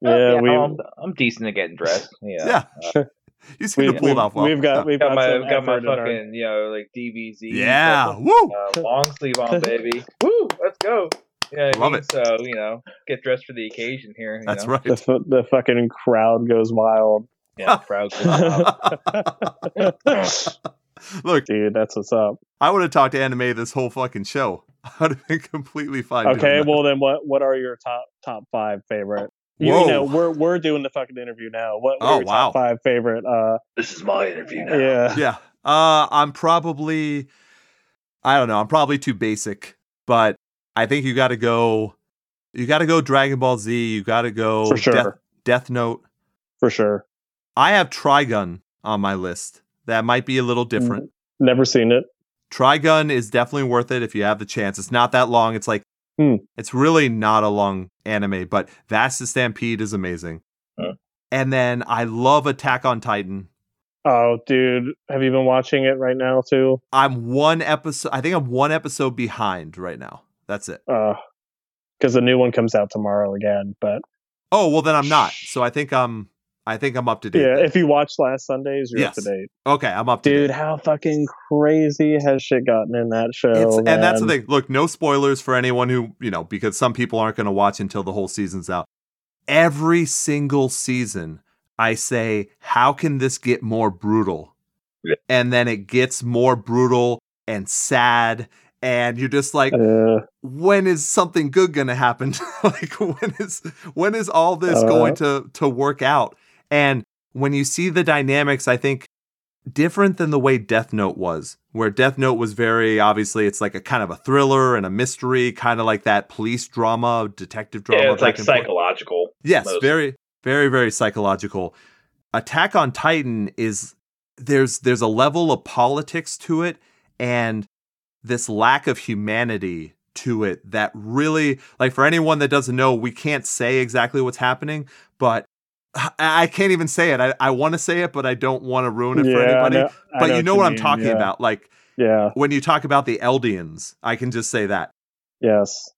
Yeah, we Oh, I'm, I'm decent at getting dressed. Yeah, Yeah, uh, you seem we to pull it off well. have got we've got, got my some got my effort in our- fucking you know like DVZ. yeah, fucking, woo. uh, long sleeve on, baby. Woo, let's go. Yeah, I Love mean, it. So you know, get dressed for the occasion here. You That's know? right. the fu- the fucking crowd goes wild, Yeah, proud. All Look, dude. That's what's up. I would have talked anime this whole fucking show. I would have been completely fine. doing Okay, that. well then, what what are your top top five favorite? You Whoa. know, we're we're doing the fucking interview now. What, what are Oh, your top wow. five favorite? Uh, this is my interview now. yeah, yeah. Uh, I'm probably, I don't know. I'm probably too basic, but I think you got to go. You got to go Dragon Ball Z. You got to go for sure, Death, Death Note. for sure. I have Trigun on my list. That might be a little Hmm. different. Never seen it. Trigun is definitely worth it if you have the chance. It's not that long. It's like Hmm. it's really not a long anime, but Vast the Stampede is amazing. Huh. And then I love Attack on Titan. Oh, dude, have you been watching it right now too? I'm one episode. I think I'm one episode behind right now. That's it. Because Uh, the new one comes out tomorrow again. But Oh well, then I'm not. So I think I'm. I think I'm up to date. yeah, then. if you watched last Sundays, you're up Yes. to date, okay, I'm up to dude. date. How fucking crazy has shit gotten in that show? It's, and that's the man? thing. Look, no spoilers for anyone who you know, because some people aren't going to watch until the whole season's out. Every single season, I say, how can this get more brutal? Yeah. And then it gets more brutal and sad, and you're just like, Uh, when is something good going to happen? like when is when is all this Uh-huh. going to to work out? And when you see the dynamics, I think different than the way Death Note was, where Death Note was very obviously it's like a kind of a thriller and a mystery, kind of like that police drama, detective drama. Yeah, it's like back and forth. psychological. Yes, mostly. very, very, very psychological. Attack on Titan is there's there's a level of politics to it and this lack of humanity to it that really like for anyone that doesn't know, we can't say exactly what's happening, but I, I can't even say it. I, I want to say it, but I don't want to ruin it for I anybody. know- I but you know what I'm mean, talking yeah. about. Like Yeah. when you talk about the Eldians, I can just say that. Yes.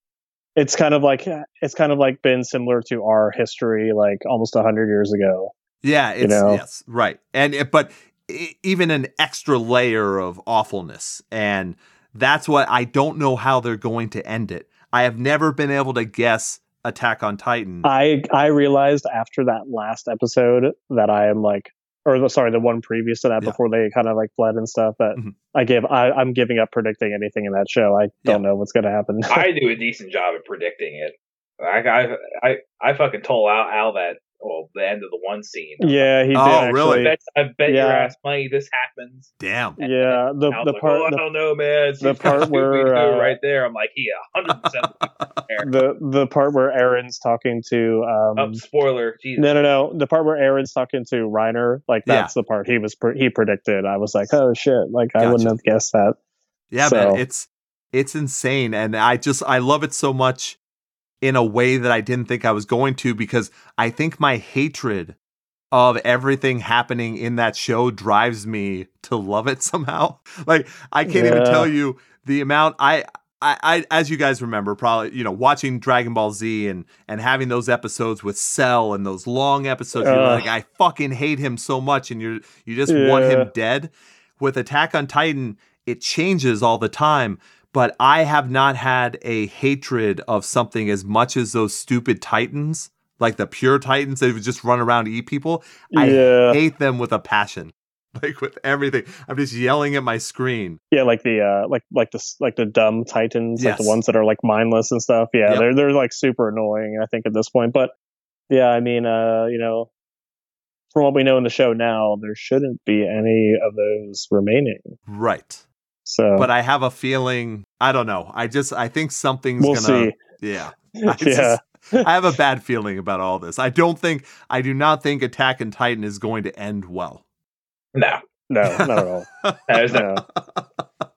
It's kind of like it's kind of like been similar to our history, like almost hundred years ago. Yeah, it's know? yes, right. And it, but e- even an extra layer of awfulness, and that's what I don't know how they're going to end it. I have never been able to guess Attack on Titan. I I realized after that last episode that I am like, or the, sorry, the one previous to that Yeah. before they kind of like fled and stuff. That Mhm. I gave I, I'm giving up predicting anything in that show. I don't know what's gonna happen. I do a decent job at predicting it. I I I, I fucking told Al, Al that well the end of the one scene. yeah, he did. Oh, I really? actually. bet, I bet Yeah. your ass money this happens. Damn. Yeah, the Al's the like, part oh, I the, don't know, man. It's the just kinda part stupid where, to do uh, right there, I'm like, he hundred percent. the the part where Aaron's talking to um Up spoiler, Jesus. No, no, no. The part where Aaron's talking to Reiner, like Yeah. that's the part he was pre- he predicted. I was like, oh shit, like I wouldn't Gotcha. have guessed that. Yeah, So- man, it's it's insane, and I just I love it so much in a way that I didn't think I was going to because I think my hatred of everything happening in that show drives me to love it somehow. Like I can't even Yeah. tell you the amount I. I, I, as you guys remember, probably you know watching Dragon Ball Z and and having those episodes with Cell and those long episodes, you're Ugh. like, I fucking hate him so much, and you're you just want Yeah. him dead. With Attack on Titan, it changes all the time, but I have not had a hatred of something as much as those stupid Titans, like the pure Titans that would just run around and eat people. I yeah, Hate them with a passion, like with everything. I'm just yelling at my screen. yeah, like the uh, like like the s- like the dumb titans, like Yes. the ones that are like mindless and stuff. Yeah, Yep. they're they're like super annoying. I think at this point, but yeah, I mean, uh, you know, from what we know in the show now, there shouldn't be any of those remaining. Right. So, But I have a feeling, I don't know. I just, I think something's we'll gonna, see. yeah. yeah, I just- I have a bad feeling about all this. I don't think, I do not think Attack and Titan is going to end well. No, no, not at all. there's no- No.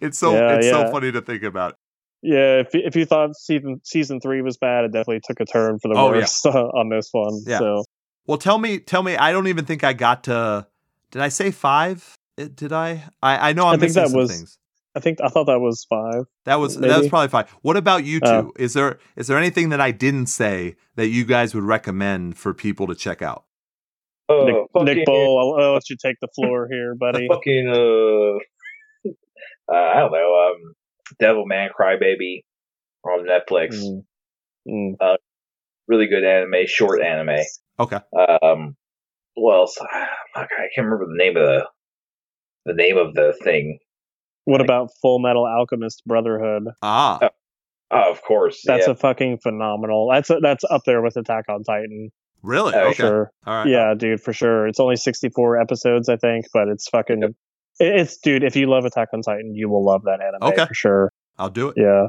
It's so, Yeah, it's so yeah. funny to think about. Yeah, if if you thought season season three was bad, it definitely took a turn for the Oh, yeah. worse on this one. Yeah. So Well, tell me, tell me. I don't even think I got to. Did I say five? Eh, Did I? I, I know I'm think missing that some was- things. I think I thought that was five. That was that was maybe. probably five. What about you two? Uh, is there is there anything that I didn't say that you guys would recommend for people to check out? Oh, Nick, fucking- Nick Bull, I'll, I'll let you take the floor here, buddy. fucking uh, uh, I don't know, um, Devil Man Crybaby on Netflix. Mm. Mm. Really good anime, short anime. Okay. Um, what else? Ah, Fuck, I can't remember the name of the the name of the thing. What about Full Metal Alchemist Brotherhood? Ah, Uh, Oh, of course. That's yeah. a fucking phenomenal. That's a, that's up there with Attack on Titan really? uh, okay, for oh, sure. all right. Yeah, dude, for sure. It's only sixty four episodes, I think, but it's fucking. Yep. it- It's dude. If you love Attack on Titan, you will love that anime Okay. for sure. I'll do it. Yeah,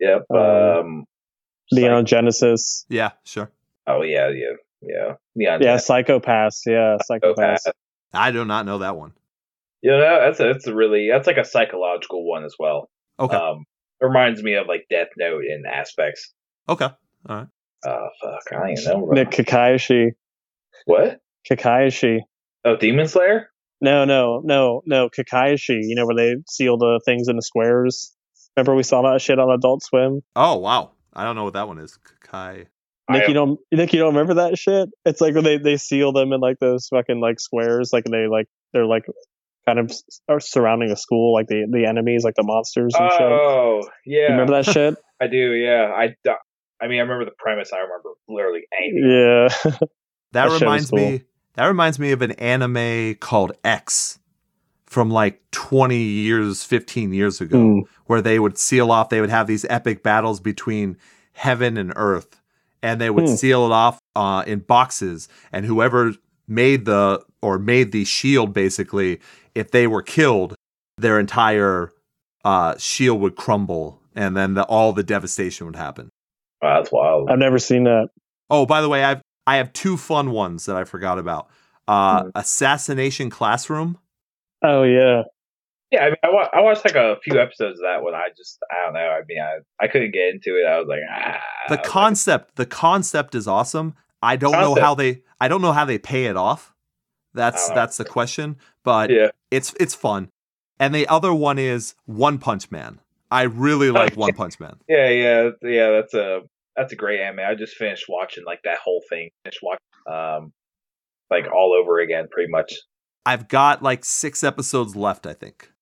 yep. um, Um, Neon Psych- Genesis. Yeah, sure. oh yeah, yeah, yeah. Neon Yeah, Genesis. psychopaths. Yeah, psychopaths. Psychopath. I do not know that one. Yeah, that- that's a, that's a really that's like a psychological one as well. Okay. Um, reminds me of like Death Note in aspects. Okay. Oh fuck, I don't even know. Nick Kakayashi. What? Kakayashi. Oh, Demon Slayer. No, no, no, no. Kakayashi. You know where they seal the things into squares. Remember we saw that shit on Adult Swim. Oh wow, I don't know what that one is. Kai. I Nick, you don't- don't. Nick, you don't remember that shit. It's like when they they seal them in like those fucking like squares. Like and they like they're like kind of s- are surrounding a school. Like the the enemies, like the monsters and shit. You Oh yeah, remember that shit? I do. Yeah, I. d- I mean, I remember the premise. I remember literally anything. yeah. That, That show is reminds me. cool. That reminds me of an anime called X, from like twenty years, fifteen years ago. Mm. where they would seal off they would have these epic battles between heaven and earth and they would Hmm. seal it off uh, in boxes and whoever made the or made the shield basically, if they were killed, their entire uh, shield would crumble, and then the, all the devastation would happen. Wow, that's wild. I've never seen that. Oh, by the way, I've I have two fun ones that I forgot about. Uh, Hmm. Assassination Classroom. Oh yeah, Yeah, I mean, I, wa- I watched like a few episodes of that one. I just, I don't know. I mean, I, I couldn't get into it. I was like, ah. The I was like, concept, the concept is awesome. I don't know Concept. how they I don't know how they pay it off. That's I don't know. that's the question, but yeah. it's it's fun. And the other one is One Punch Man. I really like One Punch Man. Yeah, yeah, yeah. That's a that's a great anime. I just finished watching like that whole thing. Finished watching um like all over again, pretty much. I've got like 6 episodes left, I think.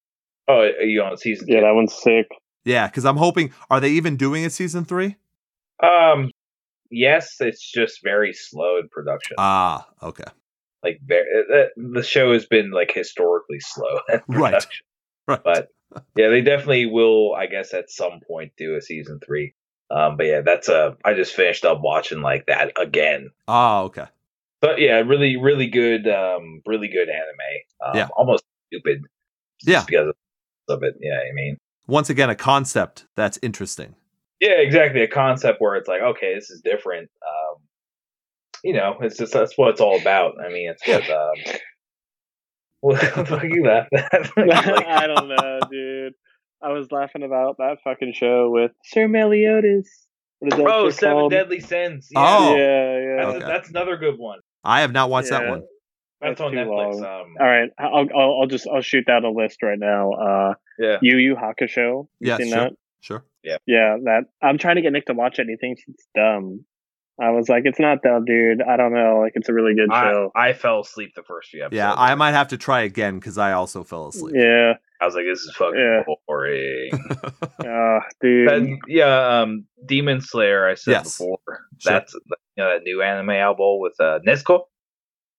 Oh, are you on season? yeah, that one's sick. Yeah, cuz I'm hoping are they even doing a season 3? two? Um, yes, it's just very slow in production. Ah, okay. like very, uh, the show has been like historically slow. in Right. production. Right. But yeah, they definitely will. I guess at some point do a season three. Um, but yeah, that's a. I just finished up watching like that again. Ah, okay. But yeah, really, really good, um, really good anime. Um, Yeah. almost stupid. just Yeah. because of it. Yeah, I mean, Once again a concept that's interesting. yeah, exactly. A concept where it's like, okay, this is different. Um, you know, it's just that's what it's all about. I mean, it's what. Um, what the fuck are you laughing at? Like, I don't know, dude. I was laughing about that fucking show with Sir Meliodas. What is that oh, shit Seven called? Deadly Sins. Yeah, Oh. Yeah, yeah. that's, Okay. that's another good one. I have not watched that Yeah. one. That's, That's on too Netflix. long. Um, All right, I'll, I'll I'll just I'll shoot down a list right now. Uh, Yeah. Yu Yu Hakusho. You Yeah, seen sure. that? Sure. Yeah, that I'm trying to get Nick to watch it. and He thinks it's dumb. I was like, it's not dumb, dude. I don't know. Like, it's a really good I, show. I fell asleep the first few episodes. Yeah, I might have to try again cuz I also fell asleep. Yeah. I was like, this is fucking Yeah. boring. Uh, dude. That- yeah, um, Demon Slayer. I said Yes. before. Sure. That's you know that new anime album with uh, Nezuko.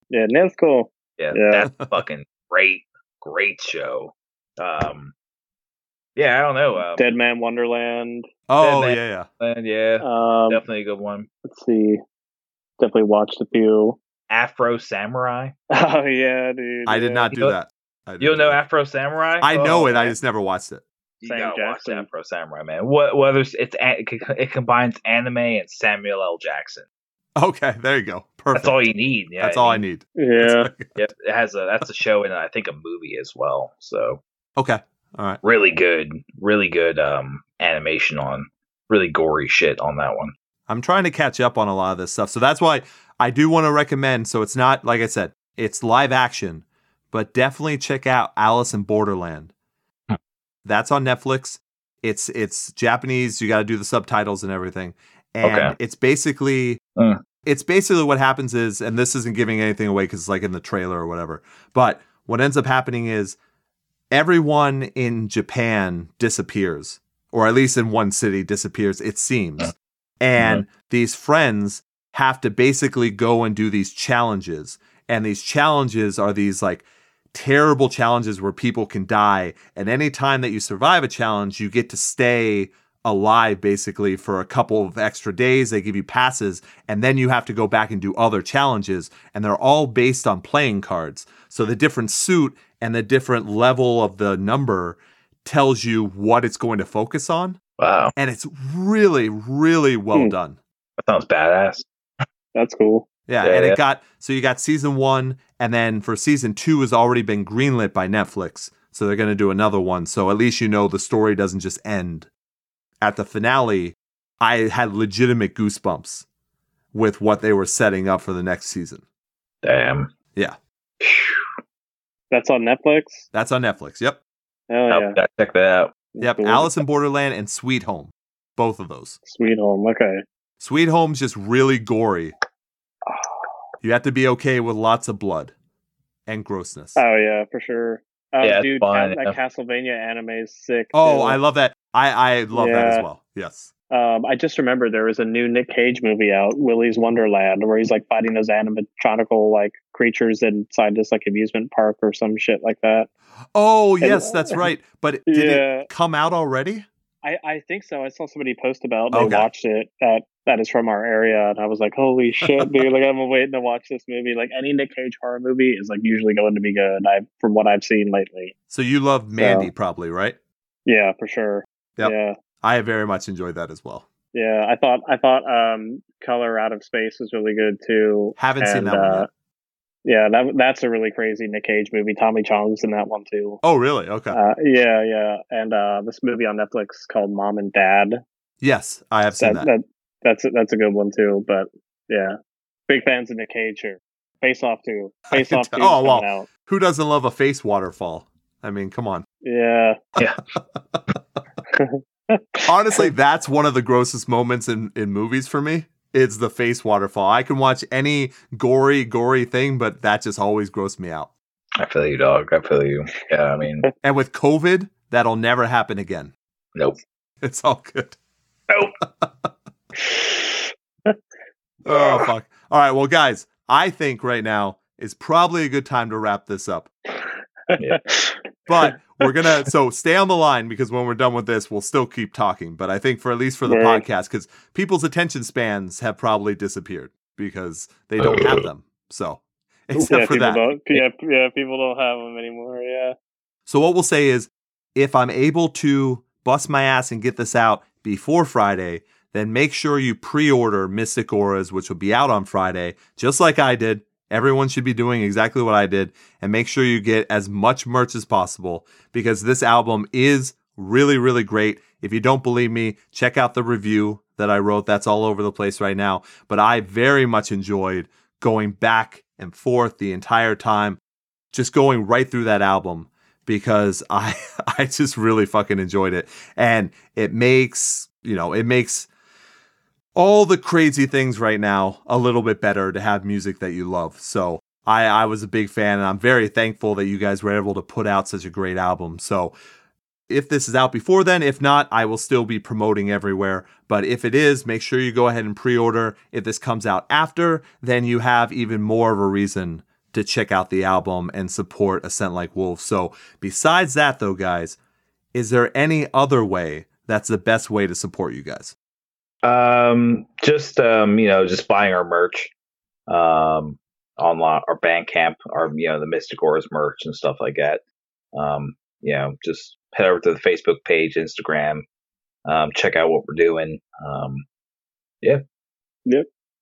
yeah, that's cool. Yeah, Yeah. that's fucking great, great show. Um, yeah, I don't know. Um, Dead Man Wonderland. Oh, yeah, Man. yeah. and yeah, Um, definitely a good one. Let's see. Definitely watched a few. Afro Samurai. Oh yeah, dude. I did yeah. not You do know- that. I didn't You'll do know that. Afro Samurai. I know Oh, it. I man. just never watched it. You Sam gotta watch Jackson. Afro Samurai, man. What whether it's, it's a- it co- it combines anime and Samuel L. Jackson. Okay, there you go. Perfect. That's all you need. Yeah, That's all I need. Yeah. Yep, it has a that's a show and I think a movie as well. So Okay. really good, really good um animation on really gory shit on that one. I'm trying to catch up on a lot of this stuff. So that's why I do want to recommend. So it's not, like I said, it's live action, but definitely check out Alice in Borderland. Hmm. That's on Netflix. It's it's Japanese. You got to do the subtitles and everything. And Okay. it's basically Mm. it's basically what happens is, and this isn't giving anything away because it's like in the trailer or whatever. But what ends up happening is everyone in Japan disappears, or at least in one city disappears. It seems, and these friends have to basically go and do these challenges. And these challenges are these like terrible challenges where people can die. And any time that you survive a challenge, you get to stay alive basically for a couple of extra days. They give you passes, and then you have to go back and do other challenges. And they're all based on playing cards. So the different suit and the different level of the number tells you what it's going to focus on. Wow, And it's really, really well Hmm. done. that sounds badass. That's cool. Yeah, Yeah, and yeah. it got so you got season one, and then for season two has already been greenlit by Netflix, so they're going to do another one. So at least you know the story doesn't just end at the finale. I had legitimate goosebumps with what they were setting up for the next season. Damn. Yeah. That's on Netflix. That's on Netflix. Yep, Hell Oh, yeah. gotta check that out. yep. Mm-hmm. Cool. Alice in Borderland and Sweet Home, both of those. Sweet Home. Okay. Sweet Home's just really gory. Ah. You have to be okay with lots of blood and grossness. Oh yeah, for sure. Oh, Yeah, it's dude, fine, that, yeah. that Castlevania anime is sick. Oh, too. I love that. I I love that Yeah. as well. Yes. Um, I just remember there was a new Nick Cage movie out, Willy's Wonderland, where he's like fighting those animatronical like creatures inside this like amusement park or some shit like that. Oh And- yes, that's right. But did yeah, it come out already? I, I think so. I saw somebody post about. it. They Okay. watched it at that is from our area, and I was like, holy shit, dude! Like I'm waiting to watch this movie. Like any Nick Cage horror movie is like usually going to be good. I from what I've seen lately. So you love Mandy, probably right? Yeah, for sure. Yep. Yeah, I very much enjoyed that as well. yeah. I thought I thought um, Color Out of Space was really good too. Haven't seen And, that one uh, yet. Yeah, that that's a really crazy Nick Cage movie. Tommy Chong's in that one too. Oh, really? Okay. Uh, yeah, yeah. And uh, this movie on Netflix called Mom and Dad. yes, I have seen that. that. that's a, that's a good one too. But yeah, big fans of Nick Cage here. Face Off too. I Face can Off tell- too. Oh oh, wow. Out. Who doesn't love a face waterfall? I mean, come on. Yeah. Honestly, that's one of the grossest moments in, in movies for me. It's the face waterfall. I can watch any gory, gory thing, but that just always grossed me out. I feel you, dog. I feel you. Yeah, I mean, And with COVID, that'll never happen again. nope. It's all good. Nope. Oh, fuck. All right. Well, guys, I think right now is probably a good time to wrap this up. Yeah. But we're going to, so stay on the line because when we're done with this, we'll still keep talking. But I think for at least for the Right. podcast, because people's attention spans have probably disappeared because they don't have them. So, except Oh. yeah, for people that. don't. Yeah, yeah, people don't have them anymore. Yeah. So what we'll say is if I'm able to bust my ass and get this out before Friday, then make sure you pre-order Mystic Auras, which will be out on Friday, just like I did. Everyone should be doing exactly what I did and make sure you get as much merch as possible because this album is really, really great. If you don't believe me, check out the review that I wrote. That's all over the place right now. But I very much enjoyed going back and forth the entire time, just going right through that album because I I just really fucking enjoyed it. And it makes, you know, it makes all the crazy things right now a little bit better to have music that you love. So I, I was a big fan and I'm very thankful that you guys were able to put out such a great album. So if this is out before then, if not, I will still be promoting everywhere. But if it is, make sure you go ahead and pre order. If this comes out after, then you have even more of a reason to check out the album and support A Scent Like Wolves. So, besides that, though, guys, is there any other way that's the best way to support you guys? Um, just um, you know, just buying our merch, um, online our Bandcamp, our you know the Mystic Auras merch and stuff like that. Um, you know, just head over to the Facebook page, Instagram, um, check out what we're doing. Um,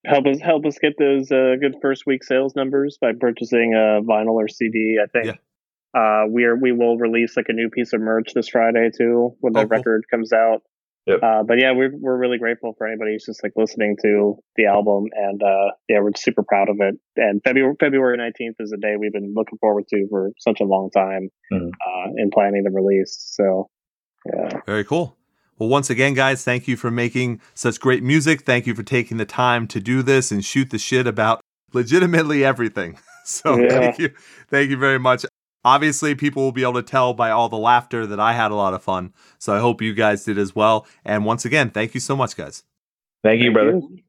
Help us help us get those uh, good first week sales numbers by purchasing a vinyl or CD. I think uh, we are we will release like a new piece of merch this Friday too when the Oh, cool. record comes out. Yep. Uh, but yeah, we're we're really grateful for anybody who's just like listening to the album, and uh, yeah, we're super proud of it. And February February nineteenth is a day we've been looking forward to for such a long time Mhm. uh, in planning the release. So yeah, Very cool. Well, once again, guys, thank you for making such great music. Thank you for taking the time to do this and shoot the shit about legitimately everything. So, Yeah. thank you. Thank you very much. Obviously, people will be able to tell by all the laughter that I had a lot of fun. So, I hope you guys did as well. And once again, thank you so much, guys. thank you, brother. you.